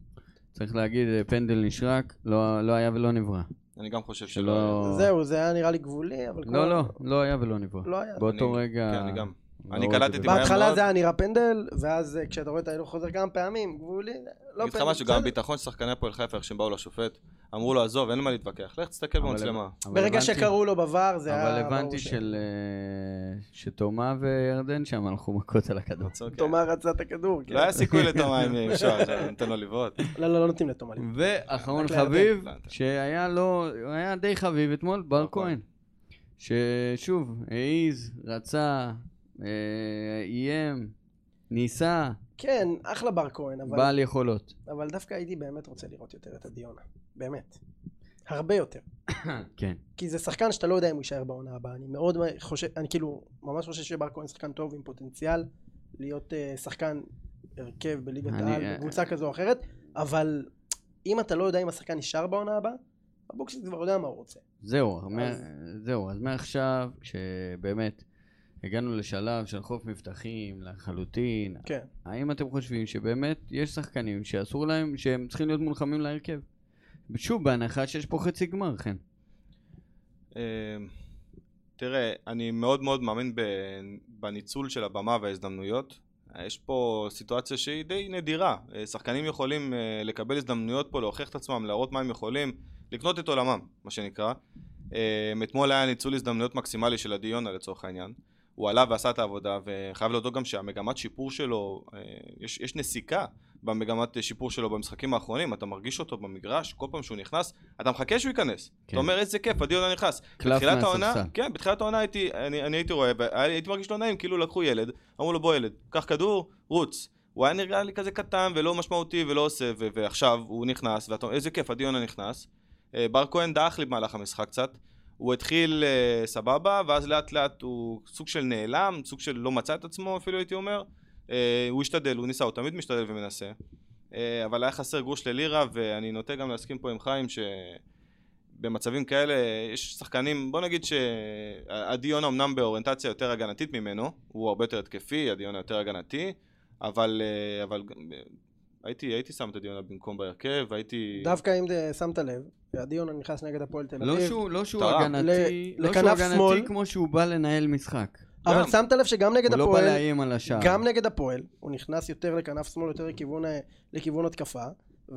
[SPEAKER 2] צריך להגיד, אה, פנדל נשרק, לא, לא היה ולא נברא.
[SPEAKER 3] אני גם חושב שלא...
[SPEAKER 2] שלא...
[SPEAKER 4] זהו, זה היה נראה לי גבולי, אבל כמו-
[SPEAKER 2] לא, לא, לא היה ולא נברא.
[SPEAKER 4] לא היה.
[SPEAKER 2] באותו
[SPEAKER 3] אני-
[SPEAKER 2] רגע...
[SPEAKER 3] כן, אני גם.
[SPEAKER 2] לא
[SPEAKER 3] אני
[SPEAKER 2] ראיתי
[SPEAKER 3] קלטתי
[SPEAKER 2] בזה.
[SPEAKER 3] מהר
[SPEAKER 4] בהתחלה
[SPEAKER 3] מאוד.
[SPEAKER 4] זה היה נראה פנדל, ואז אה, כשאתה רואה את ההילוך חוזר כמה פעמים, גבולי, לא
[SPEAKER 3] אני אגיד לך
[SPEAKER 4] פנדל.
[SPEAKER 3] משהו, גם
[SPEAKER 4] בסדר.
[SPEAKER 3] הביטחון של שחקני הפועל חיפה, איך שהם באו לשופט, אמרו לו, עזוב, אין מה להתווכח, לך תסתכל
[SPEAKER 2] אבל-
[SPEAKER 3] במצלמה.
[SPEAKER 2] אבל
[SPEAKER 4] ברגע
[SPEAKER 2] הבנתי-
[SPEAKER 4] שקראו לו בVAR זה היה...
[SPEAKER 2] אבל
[SPEAKER 4] ברור
[SPEAKER 2] הבנתי
[SPEAKER 4] ש-
[SPEAKER 2] של... אה, שתומה וירדן שם הלכו מכות על הכדור.
[SPEAKER 3] אוקיי.
[SPEAKER 4] כן. תומר רצה את הכדור. כן.
[SPEAKER 3] לא היה סיכוי לתומה אם יהיה אפשר, אתה נותן לו לבעוט.
[SPEAKER 4] לא, לא, לא נותנים לתומר. לבעוט.
[SPEAKER 2] ואחרון
[SPEAKER 4] רק לירדן.
[SPEAKER 2] חביב,
[SPEAKER 3] לא, אתה-
[SPEAKER 2] שהיה לו, הוא היה די חביב אתמול, בר
[SPEAKER 3] נכון.
[SPEAKER 2] כהן. ששוב, העיז, רצה, אה, איים, ניסה,
[SPEAKER 4] כן, אחלה בר כהן, אבל-
[SPEAKER 2] בעל
[SPEAKER 4] *clears throat*
[SPEAKER 2] יכולות.
[SPEAKER 4] אבל דווקא הייתי באמת רוצה לראות יותר את הדיונה. באמת. הרבה יותר.
[SPEAKER 2] כן.
[SPEAKER 4] כי זה שחקן שאתה לא יודע אם הוא יישאר בעונה הבאה. אני מאוד חושב, אני כאילו ממש חושב שבר כהן שחקן טוב עם פוטנציאל להיות אה, שחקן הרכב בליגת
[SPEAKER 2] אני- אה,
[SPEAKER 4] העל, בקבוצה כזו או אחרת, אבל אם אתה לא יודע אם השחקן נשאר בעונה הבאה, אבוקסיס כבר יודע מה הוא רוצה.
[SPEAKER 2] זהו, מה-
[SPEAKER 4] אז-
[SPEAKER 2] זהו, אז מעכשיו, שבאמת, הגענו לשלב של חוף מבטחים לחלוטין,
[SPEAKER 4] כן.
[SPEAKER 2] האם אתם חושבים שבאמת יש שחקנים שאסור להם, שהם צריכים להיות מולחמים להרכב? שוב, בהנחה שיש פה חצי גמר, כן.
[SPEAKER 3] אה, תראה, אני מאוד מאוד מאמין ב- בניצול של הבמה וההזדמנויות. אה, יש פה סיטואציה שהיא די נדירה. אה, שחקנים יכולים אה, לקבל הזדמנויות פה, להוכיח את עצמם, להראות מה הם יכולים, לקנות את עולמם, מה שנקרא. אה, אתמול היה ניצול הזדמנויות מקסימלי של עדי יונה לצורך העניין. הוא עלה ועשה את העבודה, וחייב להודות גם שהמגמת שיפור שלו, אה, יש, יש נסיקה במגמת אה, שיפור שלו במשחקים האחרונים, אתה מרגיש אותו במגרש, כל פעם שהוא נכנס, אתה מחכה שהוא ייכנס.
[SPEAKER 2] כן.
[SPEAKER 3] אתה אומר, איזה כיף, עדי יונה נכנס.
[SPEAKER 2] קלף
[SPEAKER 3] בתחילת העונה,
[SPEAKER 2] מהספסל.
[SPEAKER 3] כן, בתחילת העונה הייתי, אני, אני הייתי רואה, והייתי מרגיש לא נעים, כאילו לקחו ילד, אמרו לו בוא ילד, קח כדור, רוץ. הוא היה נראה לי כזה קטן ולא משמעותי ולא עושה, ו- ועכשיו הוא נכנס, ואתה אומר, איזה כיף, עדי יונה נכנס. אה, בר כהן דעך לי במהלך המשחק קצת. הוא התחיל אה, סבבה, ואז לאט לאט הוא סוג של נעלם, סוג של לא מצא את עצמו אפילו הייתי אומר. אה, הוא השתדל, הוא ניסה, הוא תמיד משתדל ומנסה. אה, אבל היה חסר גרוש ללירה, ואני נוטה גם להסכים פה עם חיים ש... במצבים כאלה יש שחקנים, בוא נגיד שעדי יונה אמנם באוריינטציה יותר הגנתית ממנו, הוא הרבה יותר התקפי, עדי יונה יותר הגנתי, אבל, אה, אבל גם- הייתי, הייתי שם את עדי יונה במקום בהרכב, הייתי...
[SPEAKER 4] דווקא אם אה, שמת לב, עדי יונה נכנס נגד הפועל תל
[SPEAKER 2] לא
[SPEAKER 4] אביב.
[SPEAKER 2] שהוא- לא שהוא
[SPEAKER 3] טרם.
[SPEAKER 2] הגנתי,
[SPEAKER 4] ל-
[SPEAKER 2] לא שהוא
[SPEAKER 4] לכנף
[SPEAKER 2] הגנתי
[SPEAKER 4] שמאל.
[SPEAKER 2] כמו שהוא בא לנהל משחק.
[SPEAKER 4] אבל
[SPEAKER 3] גם.
[SPEAKER 4] שמת לב שגם נגד
[SPEAKER 2] הוא לא בא
[SPEAKER 4] הפועל,
[SPEAKER 2] לאיים על השער.
[SPEAKER 4] גם נגד הפועל, הוא נכנס יותר לכנף שמאל, יותר לכיוון, ה- לכיוון התקפה,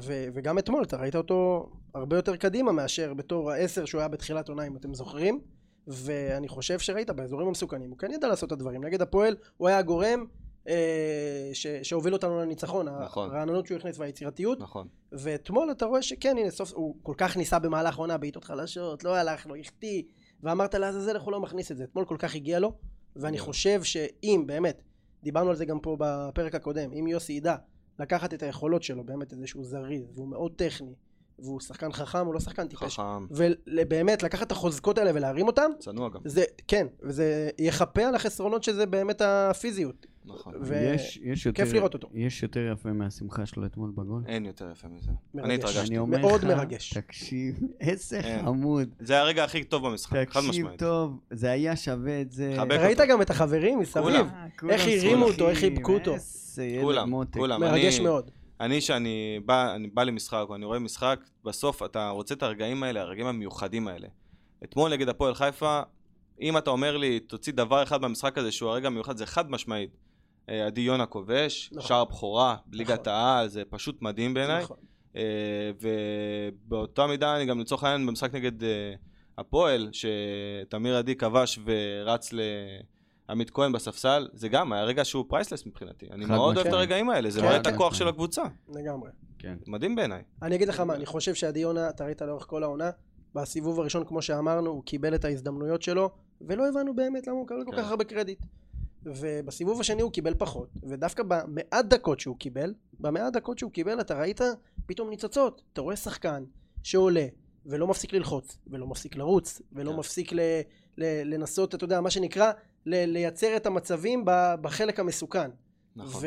[SPEAKER 4] ו, וגם אתמול אתה ראית אותו הרבה יותר קדימה מאשר בתור העשר שהוא היה בתחילת עונה, אם אתם זוכרים, ואני חושב שראית באזורים המסוכנים, הוא כן ידע לעשות את הדברים. נגד הפועל הוא היה הגורם אה, ש, שהוביל אותנו לניצחון,
[SPEAKER 3] נכון.
[SPEAKER 4] הרעננות שהוא הכניס והיצירתיות,
[SPEAKER 3] נכון.
[SPEAKER 4] ואתמול אתה רואה שכן, הנה סוף, הוא כל כך ניסה במהלך העונה בעיטות חלשות, לא הלך לו, החטיא, ואמרת לעזאזל איך הוא לא מכניס את זה. אתמול כל כך הגיע לו, ואני חושב שאם, באמת, דיברנו על זה גם פה בפרק הקודם, אם יוסי ידע לקחת את היכולות שלו, באמת איזה שהוא זריז, והוא מאוד טכני, והוא שחקן חכם, הוא לא שחקן טיפש,
[SPEAKER 3] חכם,
[SPEAKER 4] ובאמת לקחת את החוזקות האלה ולהרים אותן,
[SPEAKER 3] צנוע גם,
[SPEAKER 4] זה, כן, וזה יחפה על החסרונות שזה באמת הפיזיות.
[SPEAKER 3] נכון.
[SPEAKER 4] ו-
[SPEAKER 2] יש- יש יותר-
[SPEAKER 4] לראות אותו.
[SPEAKER 2] יש יותר יפה מהשמחה שלו אתמול בגול.
[SPEAKER 3] אין יותר יפה מזה.
[SPEAKER 4] מרגש.
[SPEAKER 3] אני התרגשתי.
[SPEAKER 2] אני אומר
[SPEAKER 4] מאוד
[SPEAKER 2] לך,
[SPEAKER 4] מרגש.
[SPEAKER 2] תקשיב, איזה
[SPEAKER 3] כן.
[SPEAKER 2] חמוד.
[SPEAKER 3] זה היה הרגע הכי טוב במשחק, חד
[SPEAKER 2] תקשיב
[SPEAKER 3] משמעית.
[SPEAKER 2] טוב, זה היה שווה את זה.
[SPEAKER 3] חבק
[SPEAKER 4] אה, ראית גם את החברים מסביב?
[SPEAKER 3] כולם.
[SPEAKER 2] אה,
[SPEAKER 4] איך
[SPEAKER 3] הרימו
[SPEAKER 4] אותו, איך
[SPEAKER 2] שמחים,
[SPEAKER 4] חיבקו אותו.
[SPEAKER 2] איזה ילד
[SPEAKER 3] כולם,
[SPEAKER 2] מותק.
[SPEAKER 3] כולם.
[SPEAKER 4] מרגש
[SPEAKER 3] אני-
[SPEAKER 4] מאוד.
[SPEAKER 3] אני, שאני בא, אני בא למשחק, או אני רואה משחק, בסוף אתה רוצה את הרגעים האלה, הרגעים המיוחדים האלה. אתמול נגד הפועל חיפה, אם אתה אומר לי, תוציא דבר אחד במשחק הזה שהוא הרגע המיוחד, זה חד משמעית. אה, עדי יונה כובש,
[SPEAKER 4] נכון.
[SPEAKER 3] שער בכורה, ליגת
[SPEAKER 4] נכון.
[SPEAKER 3] העל, זה פשוט מדהים בעיניי.
[SPEAKER 4] נכון.
[SPEAKER 3] אה, ובאותה מידה אני גם לצורך העניין במשחק נגד אה, הפועל, שתמיר עדי כבש ורץ לעמית כהן בספסל, זה גם היה רגע שהוא פרייסלס מבחינתי. אני
[SPEAKER 2] חד
[SPEAKER 3] מאוד אוהב את
[SPEAKER 2] משמעית.
[SPEAKER 3] הרגעים האלה, זה
[SPEAKER 4] כן.
[SPEAKER 3] מראה את הכוח
[SPEAKER 2] כן.
[SPEAKER 3] של הקבוצה.
[SPEAKER 4] לגמרי.
[SPEAKER 2] כן.
[SPEAKER 3] מדהים בעיניי.
[SPEAKER 4] אני אגיד לך מה, אני חושב שעדי יונה, אתה ראית לאורך כל העונה, בסיבוב הראשון, כמו שאמרנו, הוא קיבל את ההזדמנויות שלו, ולא הבנו באמת למה הוא מקבל כל
[SPEAKER 3] כן.
[SPEAKER 4] כך הרבה קרדיט. ובסיבוב השני הוא קיבל פחות, ודווקא במעט דקות שהוא קיבל, במעט דקות שהוא קיבל אתה ראית פתאום ניצוצות, אתה רואה שחקן שעולה ולא מפסיק ללחוץ, ולא מפסיק לרוץ, ולא
[SPEAKER 3] כן.
[SPEAKER 4] מפסיק ל, ל, לנסות, אתה יודע, מה שנקרא, ל, לייצר את המצבים ב- בחלק המסוכן.
[SPEAKER 3] נכון.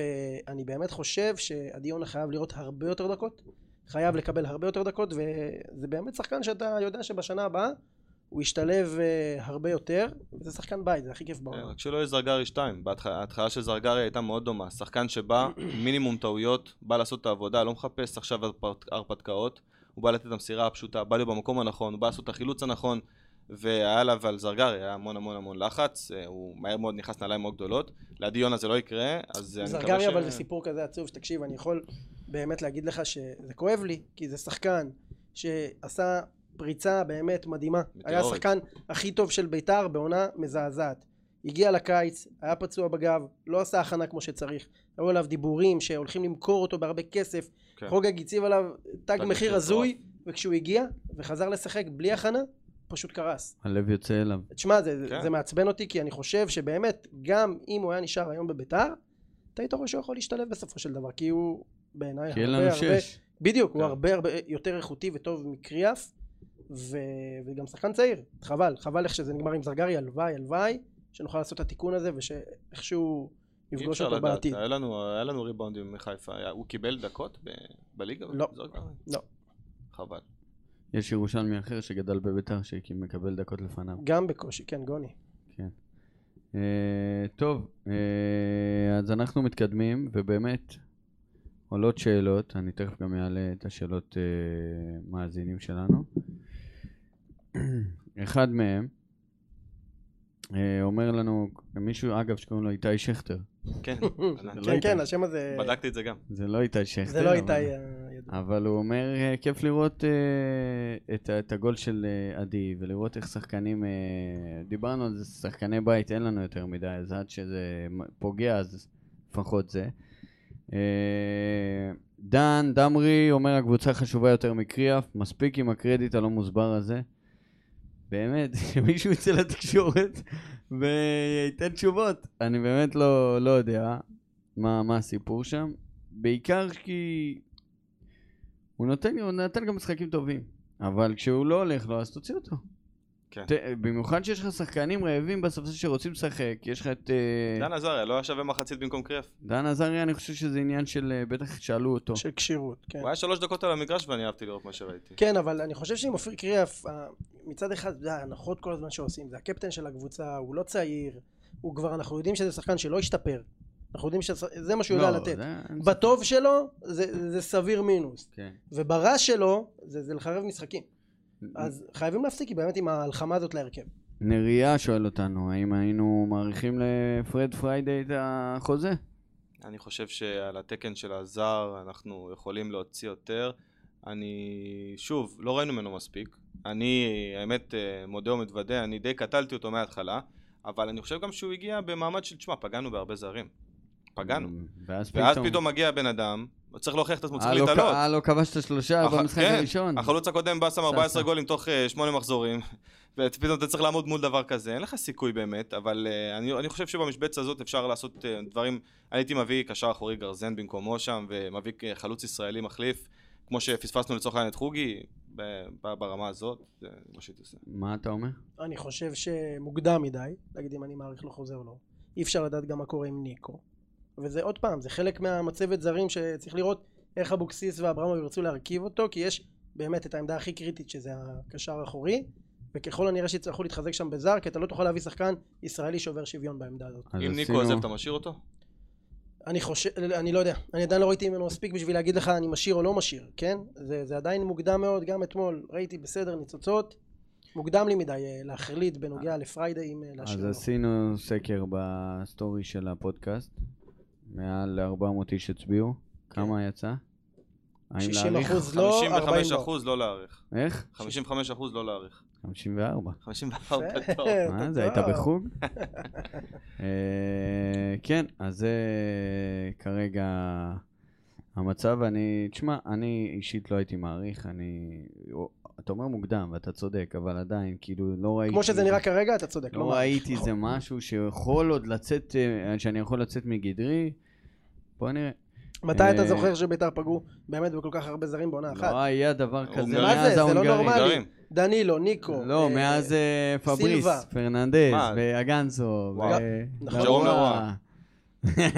[SPEAKER 4] ואני באמת חושב שעדי יונה חייב לראות הרבה יותר דקות, חייב לקבל הרבה יותר דקות, וזה באמת שחקן שאתה יודע שבשנה הבאה הוא ישתלב אה, הרבה יותר, וזה שחקן בית, זה הכי כיף
[SPEAKER 3] אה,
[SPEAKER 4] בעולם.
[SPEAKER 3] רק שלא יהיה זרגרי 2, ההתחלה של זרגרי הייתה מאוד דומה, שחקן
[SPEAKER 4] *clears throat*
[SPEAKER 3] שבא, מינימום טעויות, בא לעשות את העבודה, לא מחפש עכשיו הרפ- הרפתקאות, הוא בא לתת את המסירה הפשוטה, בא לי במקום הנכון, הוא בא לעשות את החילוץ הנכון, והיה עליו על זרגרי, היה המון המון המון לחץ, אה, הוא מהר מאוד נכנס נעליים מאוד גדולות, לעדי יונה זה לא יקרה, אז אה, אני מקווה ש...
[SPEAKER 4] זרגרי אבל זה סיפור כזה עצוב, שתקשיב, אני יכול באמת להגיד לך שזה כואב לי, כי זה שחקן שעשה פריצה באמת מדהימה. היה
[SPEAKER 3] מטאורית.
[SPEAKER 4] השחקן הכי טוב של בית"ר בעונה מזעזעת. הגיע לקיץ, היה פצוע בגב, לא עשה הכנה כמו שצריך. היו עליו דיבורים שהולכים למכור אותו בהרבה כסף,
[SPEAKER 3] כן.
[SPEAKER 4] חוגג הציב עליו תג
[SPEAKER 3] תג מחיר
[SPEAKER 4] מחיר הזוי, וכשהוא הגיע וחזר לשחק בלי הכנה, פשוט קרס.
[SPEAKER 2] הלב יוצא אליו.
[SPEAKER 4] תשמע, זה,
[SPEAKER 3] כן.
[SPEAKER 4] כן. זה מעצבן אותי, כי אני חושב שבאמת, גם אם הוא היה נשאר היום בביתר, אתה היית רואה שהוא יכול להשתלב בסופו של דבר, כי הוא בעיניי
[SPEAKER 2] כי אין
[SPEAKER 4] אה, הרבה
[SPEAKER 2] לנו
[SPEAKER 4] הרבה...
[SPEAKER 2] שש.
[SPEAKER 4] בדיוק, כן.
[SPEAKER 3] כן.
[SPEAKER 4] הוא הרבה הרבה יותר איכותי וטוב מקריאף, ו... וגם שחקן צעיר. חבל, חבל איך שזה נגמר עם זרגרי, הלוואי, הלוואי, שנוכל לעשות את התיקון הזה, ושאיכשהו
[SPEAKER 3] אי
[SPEAKER 4] נפגוש
[SPEAKER 3] אפשר
[SPEAKER 4] אותו
[SPEAKER 3] לדעת, אה?
[SPEAKER 4] בעתיד.
[SPEAKER 3] היה לנו, היה לנו ריבאונדים מחיפה, היה- הוא קיבל דקות ב- בליגה?
[SPEAKER 4] לא.
[SPEAKER 3] זרגרי?
[SPEAKER 4] לא.
[SPEAKER 3] חבל.
[SPEAKER 2] יש ירושלמי אחר שגדל בביתר שמקבל דקות לפניו.
[SPEAKER 4] גם בקושי, כן, גוני.
[SPEAKER 2] אה, טוב, אה, אז אנחנו מתקדמים, ובאמת עולות שאלות, אני תכף גם אעלה את השאלות אה, מאזינים שלנו. *clears throat* אחד מהם אה, אומר לנו, מישהו, אגב, שקוראים לו איתי שכטר.
[SPEAKER 3] כן,
[SPEAKER 4] *laughs*
[SPEAKER 2] לא
[SPEAKER 4] כן,
[SPEAKER 2] איתי.
[SPEAKER 4] כן, השם הזה...
[SPEAKER 3] בדקתי את זה גם.
[SPEAKER 2] זה לא איתי שכטר.
[SPEAKER 4] זה לא
[SPEAKER 2] אבל-
[SPEAKER 4] איתי הידוע.
[SPEAKER 2] אבל הוא אומר, אה, כיף לראות אה, את, ה- את הגול של אה, עדי, ולראות איך שחקנים, אה, דיברנו על זה, שחקני בית אין לנו יותר מדי, אז עד שזה מ- פוגע, אז לפחות זה. אה, דן דמרי אומר, הקבוצה חשובה יותר מקריאף, מספיק עם הקרדיט הלא מוסבר הזה. באמת, *laughs* שמישהו יצא לתקשורת וייתן תשובות. אני באמת לא, לא יודע. מה, מה הסיפור שם. בעיקר כי הוא נותן, לי- הוא נתן גם משחקים טובים, אבל כשהוא לא הולך לו, אז תוציא אותו.
[SPEAKER 3] כן.
[SPEAKER 2] ת, במיוחד שיש לך שחקנים רעבים בספסל שרוצים לשחק, יש לך את... אה,
[SPEAKER 3] דן עזריה לא היה שווה מחצית במקום קריאף.
[SPEAKER 2] דן עזריה, אני חושב שזה עניין של... אה, בטח שאלו אותו.
[SPEAKER 4] של כשירות, כן.
[SPEAKER 3] הוא היה שלוש דקות על המגרש ואני אהבתי לראות מה שראיתי.
[SPEAKER 4] כן, אבל אני חושב שעם אופיר קריאף, אה, מצד אחד, זה ההנחות כל הזמן שעושים, זה הקפטן של הקבוצה, הוא לא צעיר, הוא כבר, אנחנו יודעים שזה שחקן שלא השתפר. אנחנו יודעים שזה מה שהוא יודע
[SPEAKER 2] לא,
[SPEAKER 4] לתת.
[SPEAKER 2] זה-
[SPEAKER 4] בטוב שלו, זה זה סביר מינוס.
[SPEAKER 2] כן.
[SPEAKER 4] וברע שלו, זה זה לחרב משחקים. אז חייבים להפסיק באמת עם ההלחמה הזאת להרכב.
[SPEAKER 2] נריה שואל אותנו, האם היינו מאריכים לפרד פריידי את החוזה?
[SPEAKER 3] אני חושב שעל התקן של הזר אנחנו יכולים להוציא יותר. אני, שוב, לא ראינו ממנו מספיק. אני, האמת, אה, מודה ומתוודה, אני די קטלתי אותו מההתחלה, אבל אני חושב גם שהוא הגיע במעמד של, תשמע, פגענו בהרבה זרים. פגענו.
[SPEAKER 2] ואז
[SPEAKER 3] ואז פתאום מגיע בן אדם, הוא צריך להוכיח את עצמו, צריך
[SPEAKER 2] כן. אה, לא כ-
[SPEAKER 3] להתעלות.
[SPEAKER 2] אה, לא כבשת שלושה
[SPEAKER 3] אח-
[SPEAKER 2] במשחק
[SPEAKER 3] כן,
[SPEAKER 2] הראשון.
[SPEAKER 3] החלוץ הקודם בא שם 14
[SPEAKER 2] סע.
[SPEAKER 3] גולים תוך 8 מחזורים, *laughs* ופתאום אתה צריך לעמוד מול דבר כזה, אין לך סיכוי באמת, אבל אה, אני, אני חושב שבמשבצת הזאת אפשר לעשות אה, דברים, אני הייתי מביא קשר אחורי גרזן במקומו שם, ומביא אה, חלוץ ישראלי מחליף, כמו שפספסנו לצורך העניין את חוגי, ב- ב- ברמה הזאת, זה מה שהייתי עושה.
[SPEAKER 2] מה אתה אומר?
[SPEAKER 4] אני חושב שמוקדם מדי, להגיד אם אני מעריך לו חוזה או לא. אי אפשר לדעת גם מה קורה עם ניקו. וזה עוד פעם, זה חלק מהמצבת זרים שצריך לראות איך אבוקסיס ואברמוב ירצו להרכיב אותו, כי יש באמת את העמדה הכי קריטית שזה הקשר האחורי, וככל הנראה שיצטרכו להתחזק שם בזר, כי אתה לא תוכל להביא שחקן ישראלי שעובר שוויון בעמדה הזאת.
[SPEAKER 2] אז
[SPEAKER 3] אם ניקו
[SPEAKER 2] עשינו-
[SPEAKER 3] עוזב, אתה משאיר אותו?
[SPEAKER 4] אני חושב, אני לא יודע, אני עדיין לא ראיתי ממנו מספיק בשביל להגיד לך אני משאיר או לא משאיר, כן? זה, זה עדיין מוקדם מאוד, גם אתמול ראיתי בסדר ניצוצות, מוקדם לי מדי אה, להחליט בנוגע לפריידי אם אה, להשאיר
[SPEAKER 2] אז
[SPEAKER 4] או לא.
[SPEAKER 2] עשינו סקר בסטורי של הפודקאסט, מעל 400 איש הצביעו, כמה
[SPEAKER 3] כן.
[SPEAKER 2] יצא? האם
[SPEAKER 4] 60
[SPEAKER 2] להעריך?
[SPEAKER 4] אחוז לא, 40
[SPEAKER 3] 55
[SPEAKER 4] לא.
[SPEAKER 3] אחוז לא להעריך.
[SPEAKER 2] איך?
[SPEAKER 3] 55 אחוז לא להעריך.
[SPEAKER 2] 54.
[SPEAKER 3] 54 טוב.
[SPEAKER 4] אה,
[SPEAKER 2] מה
[SPEAKER 4] אתה
[SPEAKER 2] זה, היית
[SPEAKER 4] טוב.
[SPEAKER 2] בחוג?
[SPEAKER 4] *laughs*
[SPEAKER 2] אה, כן, אז זה כרגע המצב. אני, תשמע, אני אישית לא הייתי מעריך, אני... אתה אומר מוקדם, ואתה צודק, אבל עדיין, כאילו, לא ראיתי...
[SPEAKER 4] כמו שזה נראה כרגע, אתה צודק.
[SPEAKER 2] לא ראיתי איזה משהו שיכול עוד לצאת, אה, שאני יכול לצאת מגדרי. בוא נראה.
[SPEAKER 4] *laughs* מתי אתה
[SPEAKER 2] אה,
[SPEAKER 4] זוכר שביתר פגעו באמת בכל כך הרבה זרים בעונה אחת?
[SPEAKER 2] לא היה דבר כזה
[SPEAKER 3] מה זה?
[SPEAKER 2] מאז
[SPEAKER 4] זה לא
[SPEAKER 2] ההונגרים.
[SPEAKER 4] נורמלי.
[SPEAKER 3] גרים.
[SPEAKER 4] דנילו, ניקו.
[SPEAKER 2] לא,
[SPEAKER 4] אה,
[SPEAKER 2] מאז אה, פבריס,
[SPEAKER 4] סילבה.
[SPEAKER 2] פרננדז,
[SPEAKER 3] מה?
[SPEAKER 2] ואגנסו,
[SPEAKER 3] וואו.
[SPEAKER 4] נכון.
[SPEAKER 3] ג'רום
[SPEAKER 2] ורואה.
[SPEAKER 3] לרואה.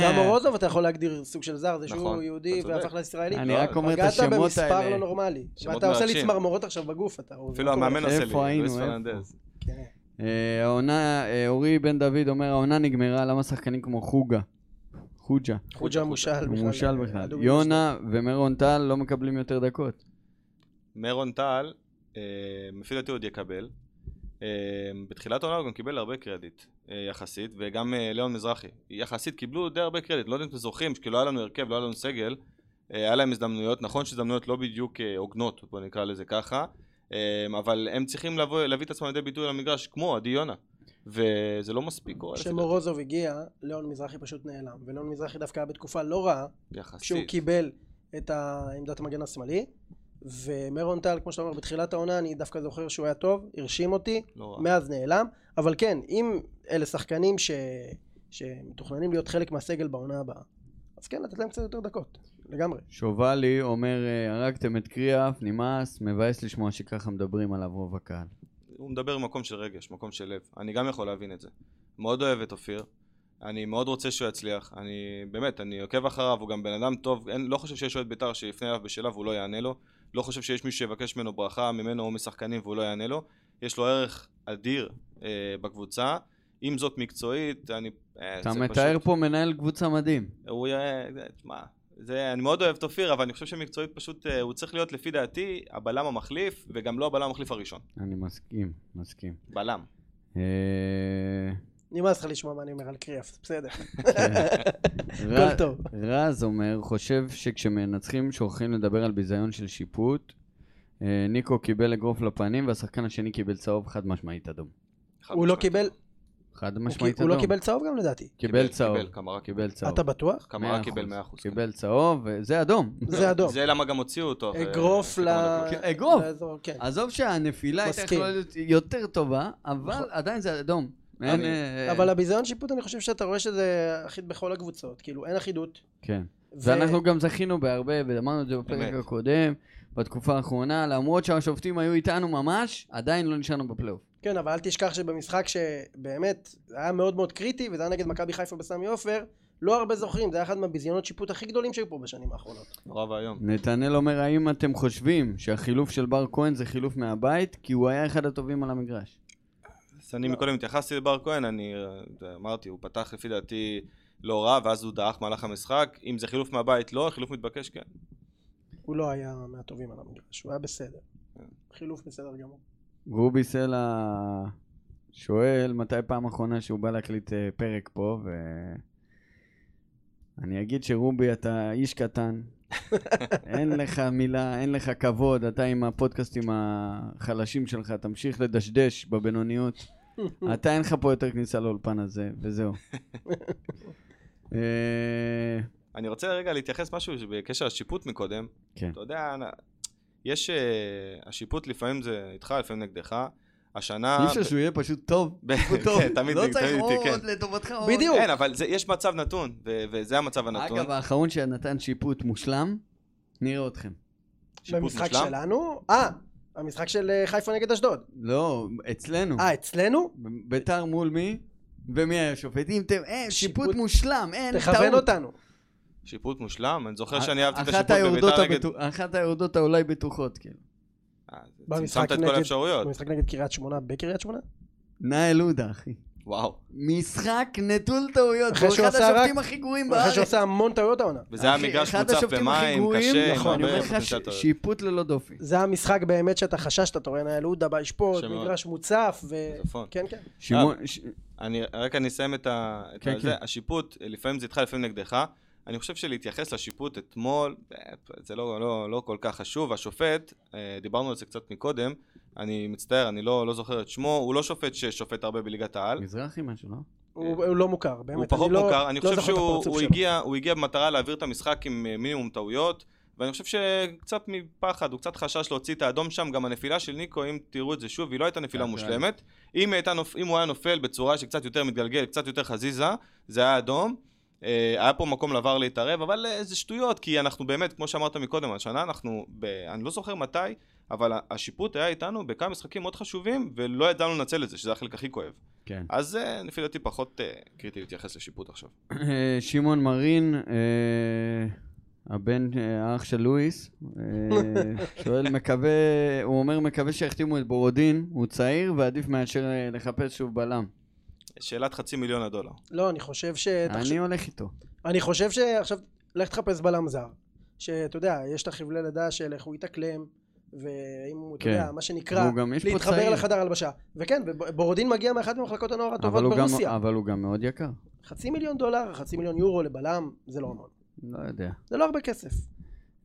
[SPEAKER 4] גם
[SPEAKER 2] אה. *laughs*
[SPEAKER 4] מורוזוב אתה יכול להגדיר סוג של זר, זה שהוא
[SPEAKER 3] נכון,
[SPEAKER 4] יהודי
[SPEAKER 3] אתה צודק.
[SPEAKER 4] והפך לישראלי.
[SPEAKER 2] אני
[SPEAKER 3] לא,
[SPEAKER 2] רק אומר את
[SPEAKER 4] פגעת
[SPEAKER 2] השמות
[SPEAKER 4] במספר
[SPEAKER 2] האלה.
[SPEAKER 4] לא נורמלי.
[SPEAKER 3] שמות
[SPEAKER 4] ואתה עושה לי
[SPEAKER 3] מרגשים.
[SPEAKER 4] צמרמורות עכשיו בגוף, אתה...
[SPEAKER 3] אפילו המאמן לא עושה
[SPEAKER 2] איפה
[SPEAKER 3] לי,
[SPEAKER 2] היינו,
[SPEAKER 3] לואיס
[SPEAKER 2] איפה?
[SPEAKER 3] פרננדז.
[SPEAKER 4] כן.
[SPEAKER 2] אה, העונה, אה, אורי בן דוד אומר, העונה נגמרה, למה שחקנים כמו חוגה? חוג'ה,
[SPEAKER 4] חוג'ה מושל
[SPEAKER 2] הוא
[SPEAKER 4] בכלל. אה,
[SPEAKER 2] מושל בכלל.
[SPEAKER 4] הדוגמה
[SPEAKER 2] יונה ומרון טל לא מקבלים יותר דקות.
[SPEAKER 3] מרון טל, אה, לפי דעתי הוא עוד יקבל. אה, בתחילת העונה הוא גם קיבל הרבה קרדיט אה, יחסית, וגם אה, ליאון מזרחי. יחסית קיבלו די הרבה קרדיט, לא יודע אם אתם זוכרים, כי לא היה לנו הרכב, לא היה לנו סגל. אה, היה להם הזדמנויות, נכון שהזדמנויות לא בדיוק אה, הוגנות, בוא נקרא לזה ככה, אה, אבל הם צריכים לבוא, להביא את עצמם לידי ביטוי למגרש, כמו עדי יונה. וזה לא מספיק קורה, לפי דעתי,
[SPEAKER 4] כשמורוזוב הגיע, ליאון מזרחי פשוט נעלם. וליאון מזרחי דווקא היה בתקופה לא רעה, כשהוא
[SPEAKER 3] יחסית.
[SPEAKER 4] קיבל את ה- עמדת המגן השמאלי. ומרון טל, כמו שאתה אומר, בתחילת העונה, אני דווקא זוכר שהוא היה טוב, הרשים אותי,
[SPEAKER 3] לא רע.
[SPEAKER 4] מאז נעלם. אבל כן, אם אלה שחקנים ש... שמתוכננים להיות חלק מהסגל בעונה הבאה, אז כן, לתת להם קצת יותר דקות, לגמרי.
[SPEAKER 2] שובלי אומר, אה, הרגתם את קריאף, נמאס, מבאס לשמוע שככה מדברים עליו רוב הקהל.
[SPEAKER 3] כן, הוא מדבר ממקום של רגש, מקום של לב. אני גם יכול להבין את זה. מאוד אוהב את אופיר. אני מאוד רוצה שהוא יצליח. אני, באמת, אני עוקב אחריו, הוא גם בן אדם טוב. אין, לא חושב שיש אוהד בית"ר שיפנה אליו בשאלה והוא לא יענה לו. לא חושב שיש מישהו שיבקש ממנו ברכה, ממנו או משחקנים והוא לא יענה לו. יש לו ערך אדיר אה, בקבוצה. עם זאת מקצועית, אני... אה,
[SPEAKER 2] אתה
[SPEAKER 3] זה
[SPEAKER 2] מתאר
[SPEAKER 3] פשוט-
[SPEAKER 2] פה מנהל קבוצה מדהים.
[SPEAKER 3] הוא יהיה... זה- תשמע, זה... אני מאוד אוהב את אופיר, אבל אני חושב שמקצועית פשוט... אה, הוא צריך להיות, לפי דעתי, הבלם המחליף, וגם לא הבלם המחליף הראשון.
[SPEAKER 2] אני מסכים, מסכים.
[SPEAKER 3] בלם.
[SPEAKER 2] אה,
[SPEAKER 4] נמאס לך לשמוע מה אני אומר על קריאף, בסדר,
[SPEAKER 2] ר-
[SPEAKER 4] הכל טוב.
[SPEAKER 2] רז אומר, חושב שכשמנצחים שוכחים לדבר על ביזיון של שיפוט. אה, ניקו קיבל אגרוף לפנים והשחקן השני קיבל צהוב חד משמעית אדום.
[SPEAKER 3] חד
[SPEAKER 4] הוא לא
[SPEAKER 3] משמעית.
[SPEAKER 4] קיבל,
[SPEAKER 2] חד
[SPEAKER 4] הוא
[SPEAKER 2] משמעית
[SPEAKER 4] הוא
[SPEAKER 2] אדום.
[SPEAKER 4] לא קיבל צהוב גם לדעתי.
[SPEAKER 2] קיבל צהוב.
[SPEAKER 3] קיבל, קמרה קיבל.
[SPEAKER 2] קיבל צהוב.
[SPEAKER 4] אתה בטוח?
[SPEAKER 3] קמרה
[SPEAKER 2] מאה
[SPEAKER 3] קיבל
[SPEAKER 2] אחוז.
[SPEAKER 3] 100 אחוז. כן.
[SPEAKER 2] קיבל צהוב, וזה אדום.
[SPEAKER 4] זה אדום.
[SPEAKER 3] זה למה גם הוציאו אותו. אה, אחרי-
[SPEAKER 4] אגרוף
[SPEAKER 3] אחרי
[SPEAKER 4] ל...
[SPEAKER 3] כמה דקות.
[SPEAKER 2] כן, אגרוף.
[SPEAKER 4] לאזור, כן.
[SPEAKER 2] עזוב שהנפילה הייתה
[SPEAKER 4] מסכים.
[SPEAKER 2] יכולה להיות יותר טובה, אבל
[SPEAKER 4] נכון.
[SPEAKER 2] עדיין זה אדום. אין...
[SPEAKER 4] אבל-
[SPEAKER 2] אה,
[SPEAKER 4] אבל הביזיון שיפוט, אני חושב שאתה רואה שזה אחיד בכל הקבוצות. כאילו, אין אחידות.
[SPEAKER 2] כן.
[SPEAKER 4] ו-
[SPEAKER 2] ואנחנו גם זכינו בהרבה, ואמרנו את זה בפרק
[SPEAKER 3] אמת.
[SPEAKER 2] הקודם, בתקופה האחרונה, למרות שהשופטים היו איתנו ממש, עדיין לא נשארנו בפלייאוף.
[SPEAKER 4] כן, אבל אל תשכח שבמשחק שבאמת היה מאוד מאוד קריטי, וזה היה נגד מכבי חיפה בסמי עופר, לא הרבה זוכרים, זה היה אחד מהביזיונות שיפוט הכי גדולים שהיו פה בשנים האחרונות.
[SPEAKER 3] נורא ואיום.
[SPEAKER 2] נתנאל אומר, האם אתם חושבים שהחילוף של בר כהן זה חילוף מהבית? כי הוא היה אחד הטובים על המגרש.
[SPEAKER 3] אז אני מקודם התייחסתי לבר כהן, אני אה, אמרתי, הוא פתח לפי דעתי לא רע, ואז הוא דעך במהלך המשחק. אם זה חילוף מהבית, לא, חילוף מתבקש, כן.
[SPEAKER 4] הוא לא היה מהטובים על המגרש, הוא היה בסדר. חילוף בסדר גמור.
[SPEAKER 2] רובי סלע שואל מתי פעם אחרונה שהוא בא להקליט אה, פרק פה, ו... אני אגיד שרובי, אתה איש
[SPEAKER 3] *laughs*
[SPEAKER 2] קטן, אין לך מילה, אין לך כבוד, אתה עם הפודקאסטים החלשים שלך, תמשיך לדשדש
[SPEAKER 3] *laughs*
[SPEAKER 2] בבינוניות. אתה אין לך פה יותר כניסה לאולפן הזה, וזהו. אה,
[SPEAKER 3] אני רוצה רגע להתייחס משהו בקשר לשיפוט מקודם.
[SPEAKER 2] כן.
[SPEAKER 3] אתה יודע, אנ- יש... אה, השיפוט לפעמים זה איתך, לפעמים נגדך. השנה...
[SPEAKER 2] אי אפשר שהוא יהיה פשוט טוב. *laughs*
[SPEAKER 3] ב-
[SPEAKER 2] הוא טוב,
[SPEAKER 3] אה, *laughs* כן, תמיד
[SPEAKER 2] לא
[SPEAKER 3] נגד-
[SPEAKER 2] צריך
[SPEAKER 3] תמיד איתי,
[SPEAKER 2] עוד
[SPEAKER 3] כן.
[SPEAKER 2] לטובתך עוד.
[SPEAKER 4] בדיוק.
[SPEAKER 3] אין, אבל זה- יש מצב נתון, ו- וזה המצב הנתון.
[SPEAKER 2] אגב, האחרון שנתן שיפוט מושלם, נראה אתכם.
[SPEAKER 3] שיפוט
[SPEAKER 4] במשחק
[SPEAKER 3] מושלם.
[SPEAKER 4] שלנו? אה, המשחק של אה, חיפה נגד אשדוד.
[SPEAKER 2] לא, אצלנו.
[SPEAKER 4] אה, אצלנו?
[SPEAKER 2] ב- ביתר מול מי? ומי היה שופט? אם אתם... אין, שיפוט
[SPEAKER 4] שיפוט-
[SPEAKER 2] מושלם, אין, טעות.
[SPEAKER 4] תכוון אותנו.
[SPEAKER 3] שיפוט מושלם? אני זוכר
[SPEAKER 2] אח-
[SPEAKER 3] שאני אהבתי את
[SPEAKER 2] אה, אחת
[SPEAKER 3] השיפוט
[SPEAKER 2] היורדות
[SPEAKER 3] בביתר נגד...
[SPEAKER 2] הבטוח- אחת היורדות האולי בטוחות, כאילו.
[SPEAKER 3] אה, זה-
[SPEAKER 4] במשחק
[SPEAKER 3] צמצמת את
[SPEAKER 4] נגד-
[SPEAKER 3] כל האפשרויות.
[SPEAKER 4] במשחק נגד קריית שמונה, בקריית שמונה?
[SPEAKER 2] נאל עודה, אחי.
[SPEAKER 3] וואו.
[SPEAKER 2] משחק נטול טעויות.
[SPEAKER 4] אחרי
[SPEAKER 2] הוא
[SPEAKER 4] שהוא
[SPEAKER 2] אחד
[SPEAKER 4] עשה רק-
[SPEAKER 2] השופטים הכי גרועים
[SPEAKER 4] אחרי
[SPEAKER 2] בארץ.
[SPEAKER 4] שהוא עשה המון טעויות העונה.
[SPEAKER 3] וזה היה
[SPEAKER 2] אחי,
[SPEAKER 3] מגרש
[SPEAKER 2] אחד
[SPEAKER 3] מוצף
[SPEAKER 2] השופטים הכי
[SPEAKER 3] במים,
[SPEAKER 2] גרועים,
[SPEAKER 3] קשה, עם
[SPEAKER 2] נכון, אני
[SPEAKER 3] הרבה
[SPEAKER 2] אומר לך, ש-
[SPEAKER 3] פוטנציאל טוב.
[SPEAKER 2] שיפוט ללא דופי.
[SPEAKER 4] זה המשחק באמת שאתה חששת, אתה רואה נהל עודה בא לשפוט,
[SPEAKER 3] קשה מאוד.
[SPEAKER 4] מגרש מוצף, ו...
[SPEAKER 3] צפון.
[SPEAKER 4] כן, כן.
[SPEAKER 2] שמעון... ש-
[SPEAKER 3] אני, רק אני אסיים את ה... את
[SPEAKER 2] כן,
[SPEAKER 3] הזה.
[SPEAKER 2] כן.
[SPEAKER 3] השיפוט, אה, לפעמים זה איתך, לפעמים נגדך. אני חושב שלהתייחס לשיפוט אתמול, זה לא, לא, לא כל כך חשוב. השופט, אה, דיברנו על זה קצת מקודם, אני מצטער, אני לא, לא זוכר את שמו, הוא לא שופט ששופט הרבה בליגת העל.
[SPEAKER 4] אה,
[SPEAKER 2] מזרחי משהו, לא?
[SPEAKER 4] הוא הוא לא מוכר,
[SPEAKER 3] כן. הוא
[SPEAKER 4] באמת.
[SPEAKER 3] פחות
[SPEAKER 4] אני לא-
[SPEAKER 3] מוכר, אני
[SPEAKER 4] לא
[SPEAKER 3] חושב
[SPEAKER 4] זוכר את
[SPEAKER 3] שהוא
[SPEAKER 4] הפרצוף
[SPEAKER 3] הוא
[SPEAKER 4] שלו.
[SPEAKER 3] הגיע, הוא הגיע במטרה להעביר את המשחק עם אה, מינימום טעויות, ואני חושב שקצת מפחד, הוא קצת חשש להוציא את האדום שם, גם הנפילה של ניקו, אם תראו את זה שוב, היא לא הייתה נפילה
[SPEAKER 2] כן,
[SPEAKER 3] מושלמת. אם, היא הייתה, נופ- אם הוא היה נופל בצורה שקצת יותר מתגלגל, קצת יותר חזיזה, זה היה אדום. אה, היה פה מקום לעבר להתערב, אבל אה, זה שטויות, כי אנחנו באמת, כמו שאמרת מקודם, השנה אנחנו, ב... אני לא זוכר מתי, אבל ה- השיפוט היה איתנו בכמה משחקים מאוד חשובים, ולא ידענו לנצל את זה, שזה החלק הכי כואב.
[SPEAKER 2] כן.
[SPEAKER 3] אז זה, לפי דעתי, פחות אה, קריטי להתייחס לשיפוט עכשיו.
[SPEAKER 2] אה, שמעון מרין, אה, הבן, אה, האח של לואיס, אה, שואל, מקווה, הוא אומר, מקווה שיחתימו את בורודין, הוא צעיר ועדיף מאשר אה, לחפש שוב בלם.
[SPEAKER 3] שאלת חצי מיליון הדולר.
[SPEAKER 4] לא, אני חושב ש...
[SPEAKER 2] אני הולך איתו.
[SPEAKER 4] אני חושב שעכשיו, לך תחפש בלם זר. שאתה יודע, יש את החבלי לידה של איך הוא יתאקלם, ואם הוא, אתה
[SPEAKER 2] כן.
[SPEAKER 4] יודע, מה שנקרא,
[SPEAKER 2] והוא גם- יש פה
[SPEAKER 4] להתחבר
[SPEAKER 2] צעיר.
[SPEAKER 4] לחדר הלבשה. וכן, ובורודין מגיע מאחת ממחלקות הנוער
[SPEAKER 2] אבל
[SPEAKER 4] הטובות
[SPEAKER 2] הוא, גם,
[SPEAKER 4] ברוסיה.
[SPEAKER 2] אבל הוא גם מאוד יקר.
[SPEAKER 4] חצי מיליון דולר, חצי מיליון יורו לבלם, זה לא המון.
[SPEAKER 2] לא יודע.
[SPEAKER 4] זה לא הרבה כסף.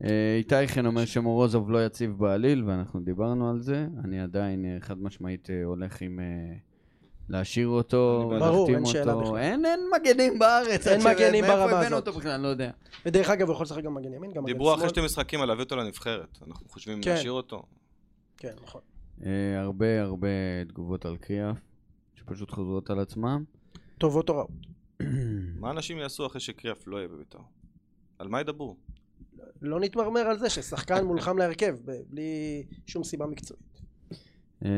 [SPEAKER 2] אה, איתי חן אומר שמורוזוב לא יציב בעליל, ואנחנו דיברנו על זה. אני עדיין אה, חד משמעית אה, הולך עם... אה, להשאיר אותו,
[SPEAKER 3] אני בעד.
[SPEAKER 4] ברור,
[SPEAKER 2] להחתים
[SPEAKER 4] אין שאלה
[SPEAKER 2] אותו.
[SPEAKER 4] בכלל.
[SPEAKER 2] אין, אין מגנים בארץ.
[SPEAKER 4] אין
[SPEAKER 2] עד ש-
[SPEAKER 4] מגנים
[SPEAKER 2] מאיפה
[SPEAKER 4] ברמה
[SPEAKER 2] הבאנו
[SPEAKER 4] הזאת.
[SPEAKER 2] אותו בכלל? לא יודע.
[SPEAKER 4] ודרך אגב, הוא יכול לשחק גם מגן ימין, גם מגן שמאל.
[SPEAKER 3] דיברו אחרי שתי משחקים על להביא אותו לנבחרת. אנחנו חושבים
[SPEAKER 4] כן.
[SPEAKER 3] להשאיר אותו.
[SPEAKER 4] כן, נכון.
[SPEAKER 2] אה, הרבה הרבה תגובות על קריאף, שפשוט חוזרות על עצמם.
[SPEAKER 4] טובות או רעות.
[SPEAKER 3] מה אנשים יעשו אחרי שקריאף לא יהיה בביתר? על מה ידברו?
[SPEAKER 4] לא נתמרמר על זה ששחקן מולחם להרכב, ב- בלי שום סיבה מקצועית.
[SPEAKER 2] אה,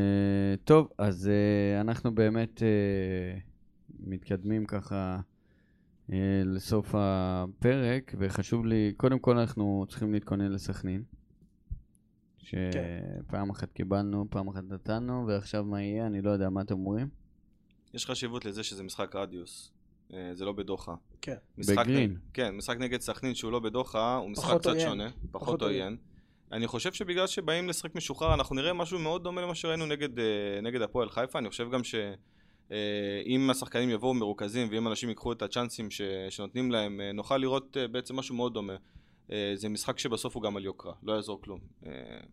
[SPEAKER 2] טוב, אז אה, אנחנו באמת אה, מתקדמים ככה אה, לסוף הפרק, וחשוב לי, קודם כל אנחנו צריכים להתכונן לסכנין.
[SPEAKER 4] כן.
[SPEAKER 2] שפעם אחת קיבלנו, פעם אחת נתנו, ועכשיו מה יהיה? אני לא יודע מה אתם אומרים.
[SPEAKER 3] יש חשיבות לזה שזה משחק רדיוס. אה, זה לא בדוחה.
[SPEAKER 4] כן.
[SPEAKER 3] משחק
[SPEAKER 2] בגרין.
[SPEAKER 3] נג- כן, משחק נגד סכנין שהוא לא בדוחה, הוא משחק
[SPEAKER 4] פחות
[SPEAKER 3] קצת
[SPEAKER 4] עוין.
[SPEAKER 3] שונה. פחות
[SPEAKER 4] פחות עוין.
[SPEAKER 3] עוין. אני חושב שבגלל שבאים לשחק משוחרר, אנחנו נראה משהו מאוד דומה למה שראינו נגד, אה, נגד הפועל חיפה. אני חושב גם ש... אה, אם השחקנים יבואו מרוכזים ואם אנשים ייקחו את הצ'אנסים ש... שנותנים להם, אה, נוכל לראות אה, בעצם משהו מאוד דומה. אה, זה משחק שבסוף הוא גם על יוקרה, לא יעזור כלום. אה,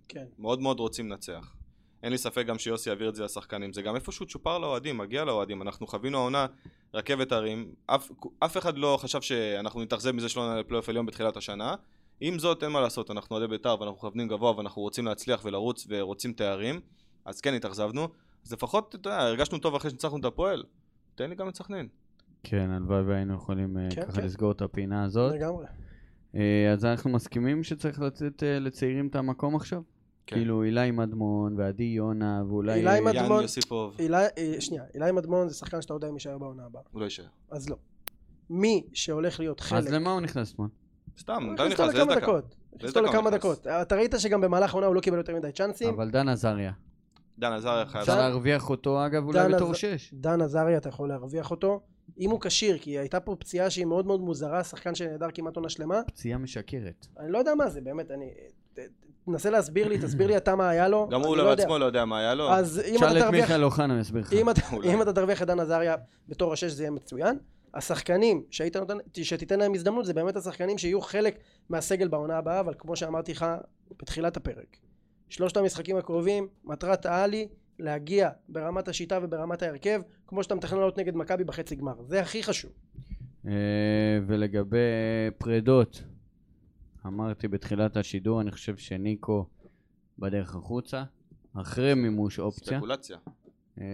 [SPEAKER 4] כן.
[SPEAKER 3] מאוד מאוד רוצים לנצח. אין לי ספק גם שיוסי יעביר את זה לשחקנים. זה גם איפשהו צ'ופר לאוהדים, מגיע לאוהדים. אנחנו חווינו העונה רכבת הרים. אף, אף אחד לא חשב שאנחנו נתאכזב מזה שלא נעלה לפלייאוף עליון בתחילת השנה. עם זאת, אין מה לעשות, אנחנו אוהדי בית"ר ואנחנו מכוונים גבוה ואנחנו רוצים להצליח ולרוץ ורוצים תארים. אז כן התאכזבנו. אז לפחות, אתה יודע, הרגשנו טוב אחרי שניצחנו את הפועל. תן לי גם את סכנין.
[SPEAKER 2] כן, הלוואי והיינו יכולים אה,
[SPEAKER 4] כן,
[SPEAKER 2] ככה
[SPEAKER 4] כן.
[SPEAKER 2] לסגור את הפינה הזאת.
[SPEAKER 4] לגמרי.
[SPEAKER 2] אה, אז אנחנו מסכימים שצריך לתת אה, לצעירים את המקום עכשיו?
[SPEAKER 3] כן.
[SPEAKER 2] כאילו אילי מדמון ועדי יונה ואולי...
[SPEAKER 4] אילי
[SPEAKER 2] אה,
[SPEAKER 4] מדמון-
[SPEAKER 3] יאן יוסיפוב,
[SPEAKER 4] אילי, אה, שנייה, אילי מדמון זה שחקן שאתה יודע אם יישאר בעונה הבאה,
[SPEAKER 3] הוא לא יישאר.
[SPEAKER 4] אז לא. מי שהולך להיות חלק...
[SPEAKER 2] אז למה הוא נכנס אתמול?
[SPEAKER 3] סתם,
[SPEAKER 4] הוא
[SPEAKER 3] אתה
[SPEAKER 4] הכניס
[SPEAKER 3] נכנס,
[SPEAKER 4] אותו
[SPEAKER 3] איזה
[SPEAKER 4] לכמה
[SPEAKER 3] דקה.
[SPEAKER 4] דקות. הכניס
[SPEAKER 3] דקה
[SPEAKER 4] אותו
[SPEAKER 3] הוא
[SPEAKER 4] לכמה
[SPEAKER 3] נכנס?
[SPEAKER 4] דקות. אה, אתה ראית שגם במהלך העונה הוא לא קיבל יותר מדי צ'אנסים.
[SPEAKER 2] אבל דן עזריה.
[SPEAKER 3] דן עזריה חייב...
[SPEAKER 2] אפשר להרוויח אותו אגב אולי
[SPEAKER 4] דן
[SPEAKER 2] בתור
[SPEAKER 4] עז-
[SPEAKER 2] שש.
[SPEAKER 4] דן עזריה אתה יכול להרוויח אותו. אם הוא כשיר, כי הייתה פה פציעה שהיא מאוד מאוד מוזרה, שחקן שנעדר כמעט עונה שלמה.
[SPEAKER 2] פציעה משקרת.
[SPEAKER 4] אני לא יודע מה זה, באמת, אני... ת- ת- תנסה להסביר לי, תסביר לי אתה מה היה לו.
[SPEAKER 3] גם הוא
[SPEAKER 4] אני לא יודע.
[SPEAKER 3] לעצמו לא יודע מה היה לו.
[SPEAKER 4] אז אם
[SPEAKER 2] תשאל
[SPEAKER 4] אתה
[SPEAKER 2] את
[SPEAKER 4] תרוויח...
[SPEAKER 2] מיכאל אוחנה, הוא יסביר לך.
[SPEAKER 4] אם אתה,
[SPEAKER 3] אולי.
[SPEAKER 4] אם אתה תרוויח את דן עזריה בתור השש זה יהיה מצוין. השחקנים שהיית נותן, שתיתן להם הזדמנות זה באמת השחקנים שיהיו חלק מהסגל בעונה הבאה אבל כמו שאמרתי לך בתחילת הפרק שלושת המשחקים הקרובים מטרת העל היא להגיע ברמת השיטה וברמת ההרכב כמו שאתה מתכנן לעלות נגד מכבי בחצי גמר זה הכי חשוב
[SPEAKER 2] אה, ולגבי פרדות, אמרתי בתחילת השידור, אני חושב שניקו בדרך החוצה, אחרי מימוש אופציה.
[SPEAKER 3] ספקולציה.
[SPEAKER 2] אה,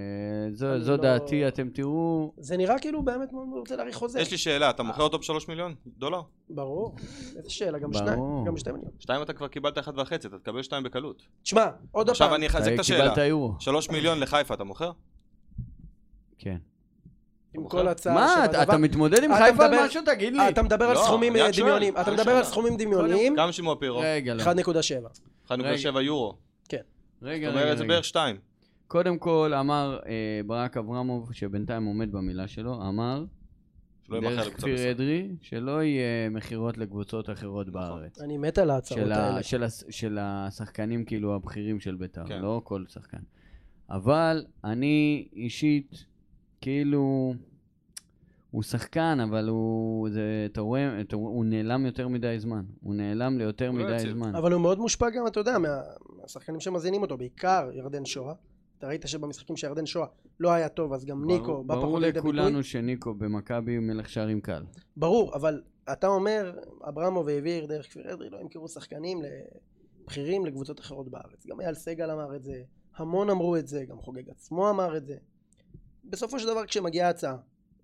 [SPEAKER 2] זו-
[SPEAKER 4] אני
[SPEAKER 2] זו
[SPEAKER 4] לא-
[SPEAKER 2] דעתי, אתם תראו...
[SPEAKER 4] זה נראה כאילו באמת מאוד רוצה להאריך חוזה
[SPEAKER 3] יש לי שאלה,
[SPEAKER 2] אה.
[SPEAKER 3] אתה מוכר אותו בשלוש מיליון דולר?
[SPEAKER 4] ברור איזה שאלה גם
[SPEAKER 2] ברור.
[SPEAKER 4] שניים גם שתי מיליון
[SPEAKER 3] שתיים אתה כבר קיבלת אחת וחצי, אתה תקבל שתיים בקלות. אה,
[SPEAKER 4] תשמע עוד
[SPEAKER 3] עכשיו
[SPEAKER 4] פעם
[SPEAKER 3] אני אחזק את
[SPEAKER 2] אתה
[SPEAKER 3] השאלה.
[SPEAKER 2] אה, קיבלת יורו.
[SPEAKER 3] שלוש מיליון לחיפה אתה מוכר?
[SPEAKER 2] כן.
[SPEAKER 4] עם
[SPEAKER 3] אוקיי.
[SPEAKER 4] כל הצעה
[SPEAKER 2] מה, אתה- אתה מתמודד עם
[SPEAKER 4] אתה
[SPEAKER 2] חיפה על
[SPEAKER 4] מדבר-
[SPEAKER 2] משהו? תגיד לי.
[SPEAKER 4] אתה מדבר על
[SPEAKER 3] לא,
[SPEAKER 4] סכומים
[SPEAKER 3] אני
[SPEAKER 4] אה,
[SPEAKER 3] רק שואל,
[SPEAKER 4] דמיוניים אתה
[SPEAKER 3] אני
[SPEAKER 4] מדבר
[SPEAKER 3] שואל.
[SPEAKER 4] על סכומים דמיוניים
[SPEAKER 3] גם שמעון פירו,
[SPEAKER 2] רגע, לא.
[SPEAKER 4] 1.7
[SPEAKER 2] רגע.
[SPEAKER 3] 1.7 יורו.
[SPEAKER 2] רגע, רגע,
[SPEAKER 3] זאת אומרת זה
[SPEAKER 2] רגע.
[SPEAKER 3] בערך שתיים.
[SPEAKER 2] קודם כל, אמר אה, ברק אברמוב, שבינתיים עומד במילה שלו, אמר,
[SPEAKER 3] שלא ימכר
[SPEAKER 2] דרך
[SPEAKER 3] לא לקבוצה
[SPEAKER 2] כפיר
[SPEAKER 3] בסדר.
[SPEAKER 2] אדרי, שלא יהיה מכירות לקבוצות אחרות
[SPEAKER 3] נכון.
[SPEAKER 2] בארץ.
[SPEAKER 4] אני מת על ההצהרות
[SPEAKER 2] של,
[SPEAKER 4] האלה.
[SPEAKER 2] ה, של, הס, של השחקנים כאילו הבכירים של ביתר,
[SPEAKER 3] כן.
[SPEAKER 2] כן. לא כל שחקן. אבל אני אישית, כאילו, הוא שחקן, אבל הוא, זה, אתה רואה, אתה, רואה- הוא נעלם יותר מדי זמן. הוא נעלם ליותר
[SPEAKER 3] הוא לא
[SPEAKER 2] מדי
[SPEAKER 3] יציב.
[SPEAKER 2] זמן.
[SPEAKER 4] אבל הוא מאוד מושפע גם, אתה יודע, מה- מהשחקנים שמזינים אותו, בעיקר ירדן שואה. אתה ראית שבמשחקים שירדן שואה לא היה טוב, אז גם ניקו
[SPEAKER 2] ברור-
[SPEAKER 4] בא
[SPEAKER 2] ברור
[SPEAKER 4] פחות לידי ביטוי.
[SPEAKER 2] לכולנו שניקו במכבי הוא מלך שערים קל.
[SPEAKER 4] ברור, אבל אתה אומר, אברמוב העביר דרך כפיר אדרי, לא ימכרו שחקנים לבכירים לקבוצות אחרות בארץ. גם אייל סגל אמר את זה, המון אמרו את זה, גם חוגג עצמו אמר את זה. בסופו של דבר כשמגיעה הצעה,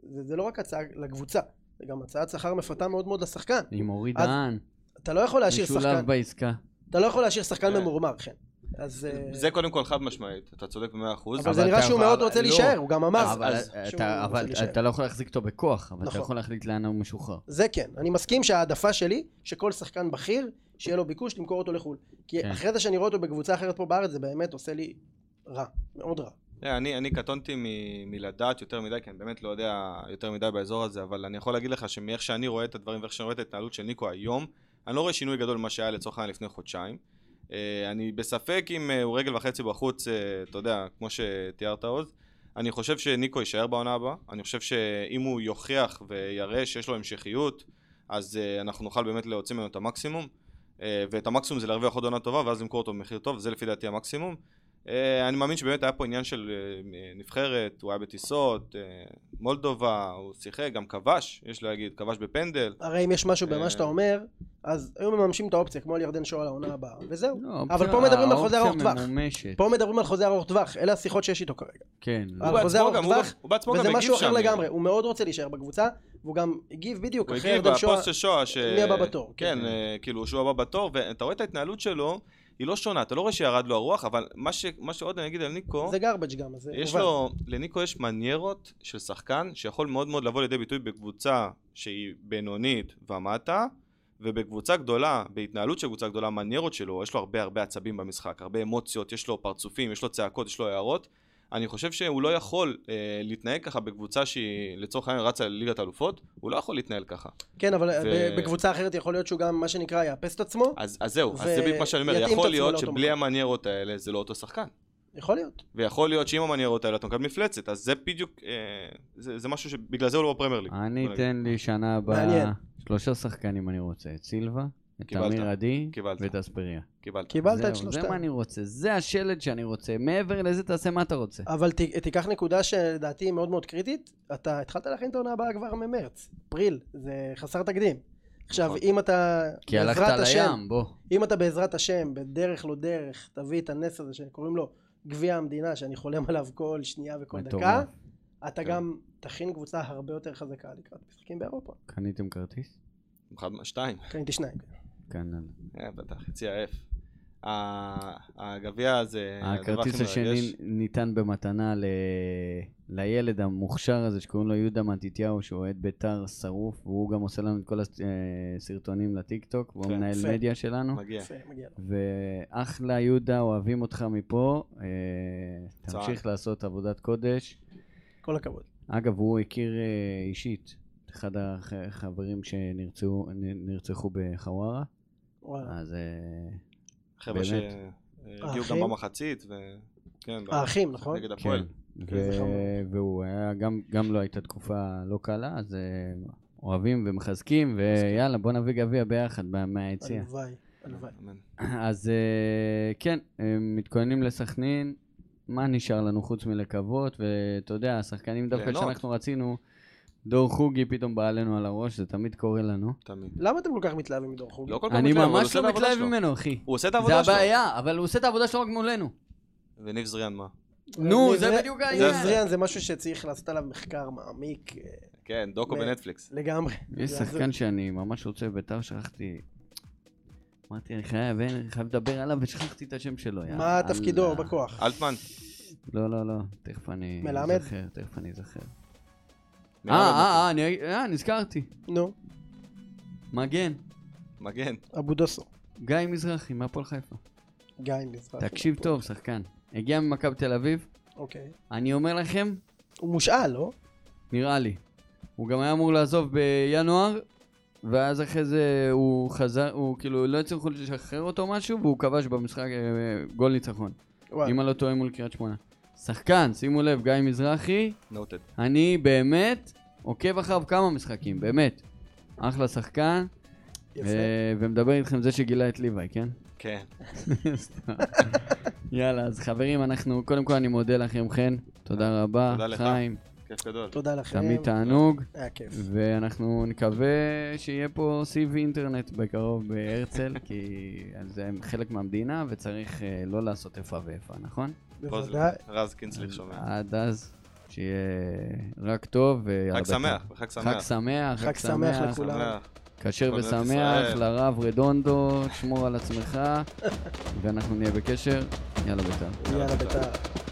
[SPEAKER 4] זה, זה לא רק הצעה לקבוצה, זה גם הצעת שכר מפתה מאוד מאוד לשחקן.
[SPEAKER 2] עם אורי
[SPEAKER 4] אז
[SPEAKER 2] דהן,
[SPEAKER 4] אתה לא יכול להשאיר שחקן,
[SPEAKER 2] משולב בעסקה.
[SPEAKER 4] אתה לא יכול להשאיר שחקן
[SPEAKER 3] כן.
[SPEAKER 4] ממורמר, כן. אז... אה,
[SPEAKER 3] זה קודם כל חד משמעית, אתה צודק במאה אחוז.
[SPEAKER 4] אבל זה
[SPEAKER 2] אבל
[SPEAKER 4] נראה
[SPEAKER 2] אתה-
[SPEAKER 4] שהוא מאוד
[SPEAKER 2] אבל-
[SPEAKER 4] רוצה
[SPEAKER 2] לא.
[SPEAKER 4] להישאר, הוא גם אמר.
[SPEAKER 2] אבל,
[SPEAKER 3] אז-
[SPEAKER 4] שהוא
[SPEAKER 2] אתה,
[SPEAKER 4] רוצה
[SPEAKER 2] אבל
[SPEAKER 4] להישאר.
[SPEAKER 2] אתה לא יכול להחזיק אותו בכוח, אבל
[SPEAKER 4] נכון.
[SPEAKER 2] אתה יכול להחליט לאן הוא משוחרר.
[SPEAKER 4] זה כן, אני מסכים שההעדפה שלי, שכל שחקן בכיר, שיהיה לו ביקוש למכור אותו לחו"ל. כי
[SPEAKER 2] כן.
[SPEAKER 4] אחרי זה שאני רואה אותו בקבוצה אחרת פה בארץ, זה באמת עושה לי רע, מאוד רע.
[SPEAKER 3] תראה, אה, אני, אני קטונתי מ, מלדעת יותר מדי, כי אני באמת לא יודע יותר מדי באזור הזה, אבל אני יכול להגיד לך שמאיך שאני רואה את הדברים ואיך שאני רואה את ההתנהלות של ניקו היום, אני לא רואה שינוי גדול ממה שהיה לצורך העניין לפני חודשיים. אה, אני בספק אם אה, הוא רגל וחצי בחוץ, אה, אתה יודע, כמו שתיארת עוז. אני חושב שניקו יישאר בעונה הבאה, אני חושב שאם הוא יוכיח ויראה שיש לו המשכיות, אז אה, אנחנו נוכל באמת להוציא ממנו את המקסימום. אה, ואת המקסימום זה להרוויח עוד עונה טובה ואז למכור אותו במחיר טוב, זה לפי דעתי המקסימום. אה, אני מאמין שבאמת היה פה עניין של אה, נבחרת, הוא היה בטיסות, אה, מולדובה, הוא שיחק, גם כבש, יש להגיד, כבש בפנדל.
[SPEAKER 4] הרי אם יש משהו
[SPEAKER 3] אה.
[SPEAKER 4] במה שאתה אומר, אז היו מממשים את האופציה, כמו על ירדן שואה לעונה הבאה, וזהו.
[SPEAKER 2] לא, האופציה-
[SPEAKER 4] פה מדברים על חוזה
[SPEAKER 2] האופציה
[SPEAKER 4] ארוך טווח.
[SPEAKER 2] ממומשת.
[SPEAKER 4] פה מדברים על חוזה ארוך טווח, אלה השיחות שיש איתו כרגע.
[SPEAKER 2] כן.
[SPEAKER 4] אבל
[SPEAKER 3] הוא בעצמו
[SPEAKER 4] חוזה ארוך
[SPEAKER 3] גם- הוא
[SPEAKER 4] טווח,
[SPEAKER 3] גם- הוא בעצמו גם
[SPEAKER 4] וזה
[SPEAKER 3] הגיב שם. אה.
[SPEAKER 4] משהו אחר לגמרי, הוא מאוד רוצה להישאר בקבוצה, והוא גם הגיב בדיוק
[SPEAKER 3] הוא
[SPEAKER 4] אחרי
[SPEAKER 3] הגיב
[SPEAKER 4] ירדן שואה.
[SPEAKER 3] בפוסט של שואה ש...
[SPEAKER 4] מי הבא בתור.
[SPEAKER 3] כן, אה, כאילו שהוא הבא בתור, ואתה רואה את ההתנהלות שלו, היא לא שונה, אתה לא רואה שירד לו הרוח, אבל מה ש- מה שעוד אני אגיד על ניקו...
[SPEAKER 4] זה garbage גם, אז זה
[SPEAKER 3] יש
[SPEAKER 4] מובן.
[SPEAKER 3] לו, לניקו יש מניירות של שחקן שיכול מאוד מאוד לבוא לידי ביטוי בקבוצה שהיא בינונית ומטה, ובקבוצה גדולה, בהתנהלות של קבוצה גדולה, המניירות שלו, יש לו הרבה הרבה עצבים במשחק, הרבה אמוציות, יש לו פרצופים, יש לו צעקות, יש לו הערות. אני חושב שהוא לא יכול אה, להתנהג ככה בקבוצה שהיא לצורך העניין רצה לליגת אלופות, הוא לא יכול להתנהל ככה.
[SPEAKER 4] כן, אבל
[SPEAKER 3] ו-
[SPEAKER 4] ב- בקבוצה אחרת יכול להיות שהוא גם, מה שנקרא, יאפס את עצמו.
[SPEAKER 3] אז, אז זהו, אז
[SPEAKER 4] ו-
[SPEAKER 3] זה בדיוק מה שאני אומר,
[SPEAKER 4] יתאים את
[SPEAKER 3] יכול
[SPEAKER 4] עצמו
[SPEAKER 3] להיות
[SPEAKER 4] לאותו
[SPEAKER 3] שבלי
[SPEAKER 4] מקום.
[SPEAKER 3] המניירות האלה זה לא אותו שחקן.
[SPEAKER 4] יכול להיות.
[SPEAKER 3] ויכול להיות שאם המניירות האלה אתה מקבל מפלצת, אז זה בדיוק, אה, זה, זה משהו שבגלל זה הוא לא בפרמייר ליג.
[SPEAKER 2] אני
[SPEAKER 3] בוא נגיד.
[SPEAKER 2] אתן לי שנה
[SPEAKER 4] אה, מעניין.
[SPEAKER 2] הבאה שלושה שחקנים אני רוצה, את סילבה, את
[SPEAKER 3] קיבלת.
[SPEAKER 2] אמיר עדי
[SPEAKER 3] קיבלת.
[SPEAKER 2] ואת אספריה.
[SPEAKER 3] קיבלת.
[SPEAKER 4] קיבלת את
[SPEAKER 2] זהו,
[SPEAKER 4] שלושתם.
[SPEAKER 2] זה מה אני רוצה, זה השלד שאני רוצה, מעבר לזה תעשה מה אתה רוצה.
[SPEAKER 4] אבל ת, תיקח נקודה שלדעתי היא מאוד מאוד קריטית, אתה התחלת להכין את העונה הבאה כבר ממרץ, אפריל, זה חסר תקדים. עכשיו,
[SPEAKER 3] נכון.
[SPEAKER 4] אם אתה
[SPEAKER 2] כי הלכת
[SPEAKER 4] בעזרת השם,
[SPEAKER 2] לים, בוא.
[SPEAKER 4] אם אתה בעזרת השם, בדרך לא דרך, תביא את הנס הזה שקוראים לו גביע המדינה, שאני חולם עליו כל שנייה וכל
[SPEAKER 2] מטורף.
[SPEAKER 4] דקה, אתה
[SPEAKER 3] כן.
[SPEAKER 4] גם תכין קבוצה הרבה יותר חזקה לקראת משחקים באירופה.
[SPEAKER 2] קניתם כרטיס? כן, לא,
[SPEAKER 3] אחד, שתיים.
[SPEAKER 4] קניתי שניים.
[SPEAKER 3] כן.
[SPEAKER 2] כנ"ל.
[SPEAKER 3] אה, בטח, חצי עייף. ה- הגביע הזה, אה, הדבר
[SPEAKER 2] אה, הכרטיס
[SPEAKER 3] הכי מרגש.
[SPEAKER 2] השני ניתן במתנה ל... לילד המוכשר הזה שקוראים לו יהודה מתתיהו שהוא אוהד ביתר שרוף והוא גם עושה לנו את כל הסרטונים לטיק טוק והוא
[SPEAKER 3] כן,
[SPEAKER 2] מנהל
[SPEAKER 4] יפה.
[SPEAKER 2] מדיה שלנו
[SPEAKER 3] מגיע.
[SPEAKER 4] יפה, מגיע לו.
[SPEAKER 2] ואחלה יהודה אוהבים אותך מפה אה,
[SPEAKER 3] צהר.
[SPEAKER 2] תמשיך לעשות עבודת קודש
[SPEAKER 4] כל הכבוד.
[SPEAKER 2] אגב הוא הכיר אה, אישית את אחד החברים שנרצחו נרצחו בחווארה
[SPEAKER 4] וואלה.
[SPEAKER 2] אז אה,
[SPEAKER 3] חבר'ה
[SPEAKER 2] באמת.
[SPEAKER 3] שהגיעו
[SPEAKER 4] האחים?
[SPEAKER 3] גם במחצית, וכן,
[SPEAKER 4] האחים, נכון?
[SPEAKER 3] נגד
[SPEAKER 2] כן,
[SPEAKER 3] הפועל. אוקיי,
[SPEAKER 4] איזה חמור.
[SPEAKER 2] ו- והוא היה, גם, גם לא הייתה תקופה לא קלה, אז אה, אוהבים ומחזקים, ויאללה, בוא נביא גביע ביחד מה- מהיציע.
[SPEAKER 4] הלוואי, הלוואי.
[SPEAKER 3] אמן.
[SPEAKER 2] אז אה, כן, אה, מתכוננים לסכנין, מה נשאר לנו חוץ מלקוות, ואתה יודע, השחקנים דווקא
[SPEAKER 3] ליהנות.
[SPEAKER 2] שאנחנו רצינו, דור חוגי פתאום בא עלינו על הראש, זה תמיד קורה לנו.
[SPEAKER 3] תמיד.
[SPEAKER 4] למה אתם כל כך מתלהבים מדור חוגי?
[SPEAKER 3] לא כל כך
[SPEAKER 2] אני
[SPEAKER 3] מתלהב, אבל הוא
[SPEAKER 2] ממש
[SPEAKER 3] עושה את
[SPEAKER 2] לא
[SPEAKER 3] העבודה
[SPEAKER 2] מתלהב
[SPEAKER 3] שלו.
[SPEAKER 2] ממנו, אחי.
[SPEAKER 3] הוא עושה את
[SPEAKER 2] זה
[SPEAKER 3] העבודה שלו.
[SPEAKER 2] הבעיה, אבל הוא עושה את העבודה שלו רק מולנו.
[SPEAKER 3] וניב זריאן מה?
[SPEAKER 2] נו,
[SPEAKER 4] אני-
[SPEAKER 2] זה בדיוק העניין.
[SPEAKER 4] זה זריאן, זה משהו שצריך לעשות עליו מחקר מעמיק אה,
[SPEAKER 3] כן, דוקו
[SPEAKER 4] ו-
[SPEAKER 3] בנטפליקס.
[SPEAKER 4] לגמרי.
[SPEAKER 2] יש
[SPEAKER 4] זה-
[SPEAKER 2] שחקן שאני ממש רוצה בביתר, שכחתי... אמרתי, אני חייב, אני חייב לדבר עליו, ושכחתי את השם שלו. יא
[SPEAKER 4] מה תפקידו
[SPEAKER 2] אללה.
[SPEAKER 4] בכוח?
[SPEAKER 3] אלטמן.
[SPEAKER 4] אה,
[SPEAKER 2] לא, לא, לא, תכף אני...
[SPEAKER 4] מלמד?
[SPEAKER 2] אזכר, תכף אני אזכר. אה,
[SPEAKER 3] מלמד.
[SPEAKER 2] אה, אה, אני- אה, נזכרתי.
[SPEAKER 4] נו,
[SPEAKER 2] מגן,
[SPEAKER 3] מגן.
[SPEAKER 4] אבו דוסו.
[SPEAKER 2] גיא מזרחי, מהפועל חיפה.
[SPEAKER 4] גיא מזרח.
[SPEAKER 2] תקשיב טוב, שחקן. הגיע ממכבי תל אביב,
[SPEAKER 4] אוקיי.
[SPEAKER 2] אני אומר לכם,
[SPEAKER 4] הוא מושאל, לא?
[SPEAKER 2] נראה לי. הוא גם היה אמור לעזוב בינואר, ואז אחרי זה הוא חזר, הוא כאילו לא הצליחו לשחרר אותו משהו, והוא כבש במשחק אה, גול ניצחון.
[SPEAKER 4] וואלה.
[SPEAKER 2] אם אני לא טועה מול קריית שמונה. שחקן, שימו לב, גיא מזרחי,
[SPEAKER 3] נוטד.
[SPEAKER 2] אני באמת עוקב אחריו כמה משחקים, באמת. אחלה שחקן,
[SPEAKER 4] יפה.
[SPEAKER 2] אה, ומדבר איתכם זה שגילה את ליוואי, כן?
[SPEAKER 3] כן.
[SPEAKER 2] סתם. יאללה, אז חברים, אנחנו, קודם כל אני מודה לכם, חן, תודה רבה,
[SPEAKER 3] תודה לך. כן,
[SPEAKER 2] חיים,
[SPEAKER 3] כיף גדול.
[SPEAKER 4] תודה לכם.
[SPEAKER 2] תמיד תענוג.
[SPEAKER 4] היה כיף.
[SPEAKER 2] ואנחנו נקווה שיהיה פה סיב אינטרנט בקרוב בהרצל, כי על זה הם חלק מהמדינה וצריך אה, לא לעשות איפה ואיפה, נכון?
[SPEAKER 4] בוודאי.
[SPEAKER 3] רז קינסליך שומע.
[SPEAKER 2] עד אז, שיהיה רק טוב. והרבה
[SPEAKER 3] חג שמח,
[SPEAKER 2] טוב.
[SPEAKER 3] חג
[SPEAKER 2] חג
[SPEAKER 3] שמח.
[SPEAKER 2] שמח,
[SPEAKER 4] חג שמח לכולם.
[SPEAKER 3] שמח.
[SPEAKER 2] כשר
[SPEAKER 3] כל מדינת
[SPEAKER 2] ושמח,
[SPEAKER 3] ישראל.
[SPEAKER 2] לרב *laughs* רדונדו, שמור על עצמך, ואנחנו נהיה בקשר. יאללה בית"ר.
[SPEAKER 4] יאללה בית"ר.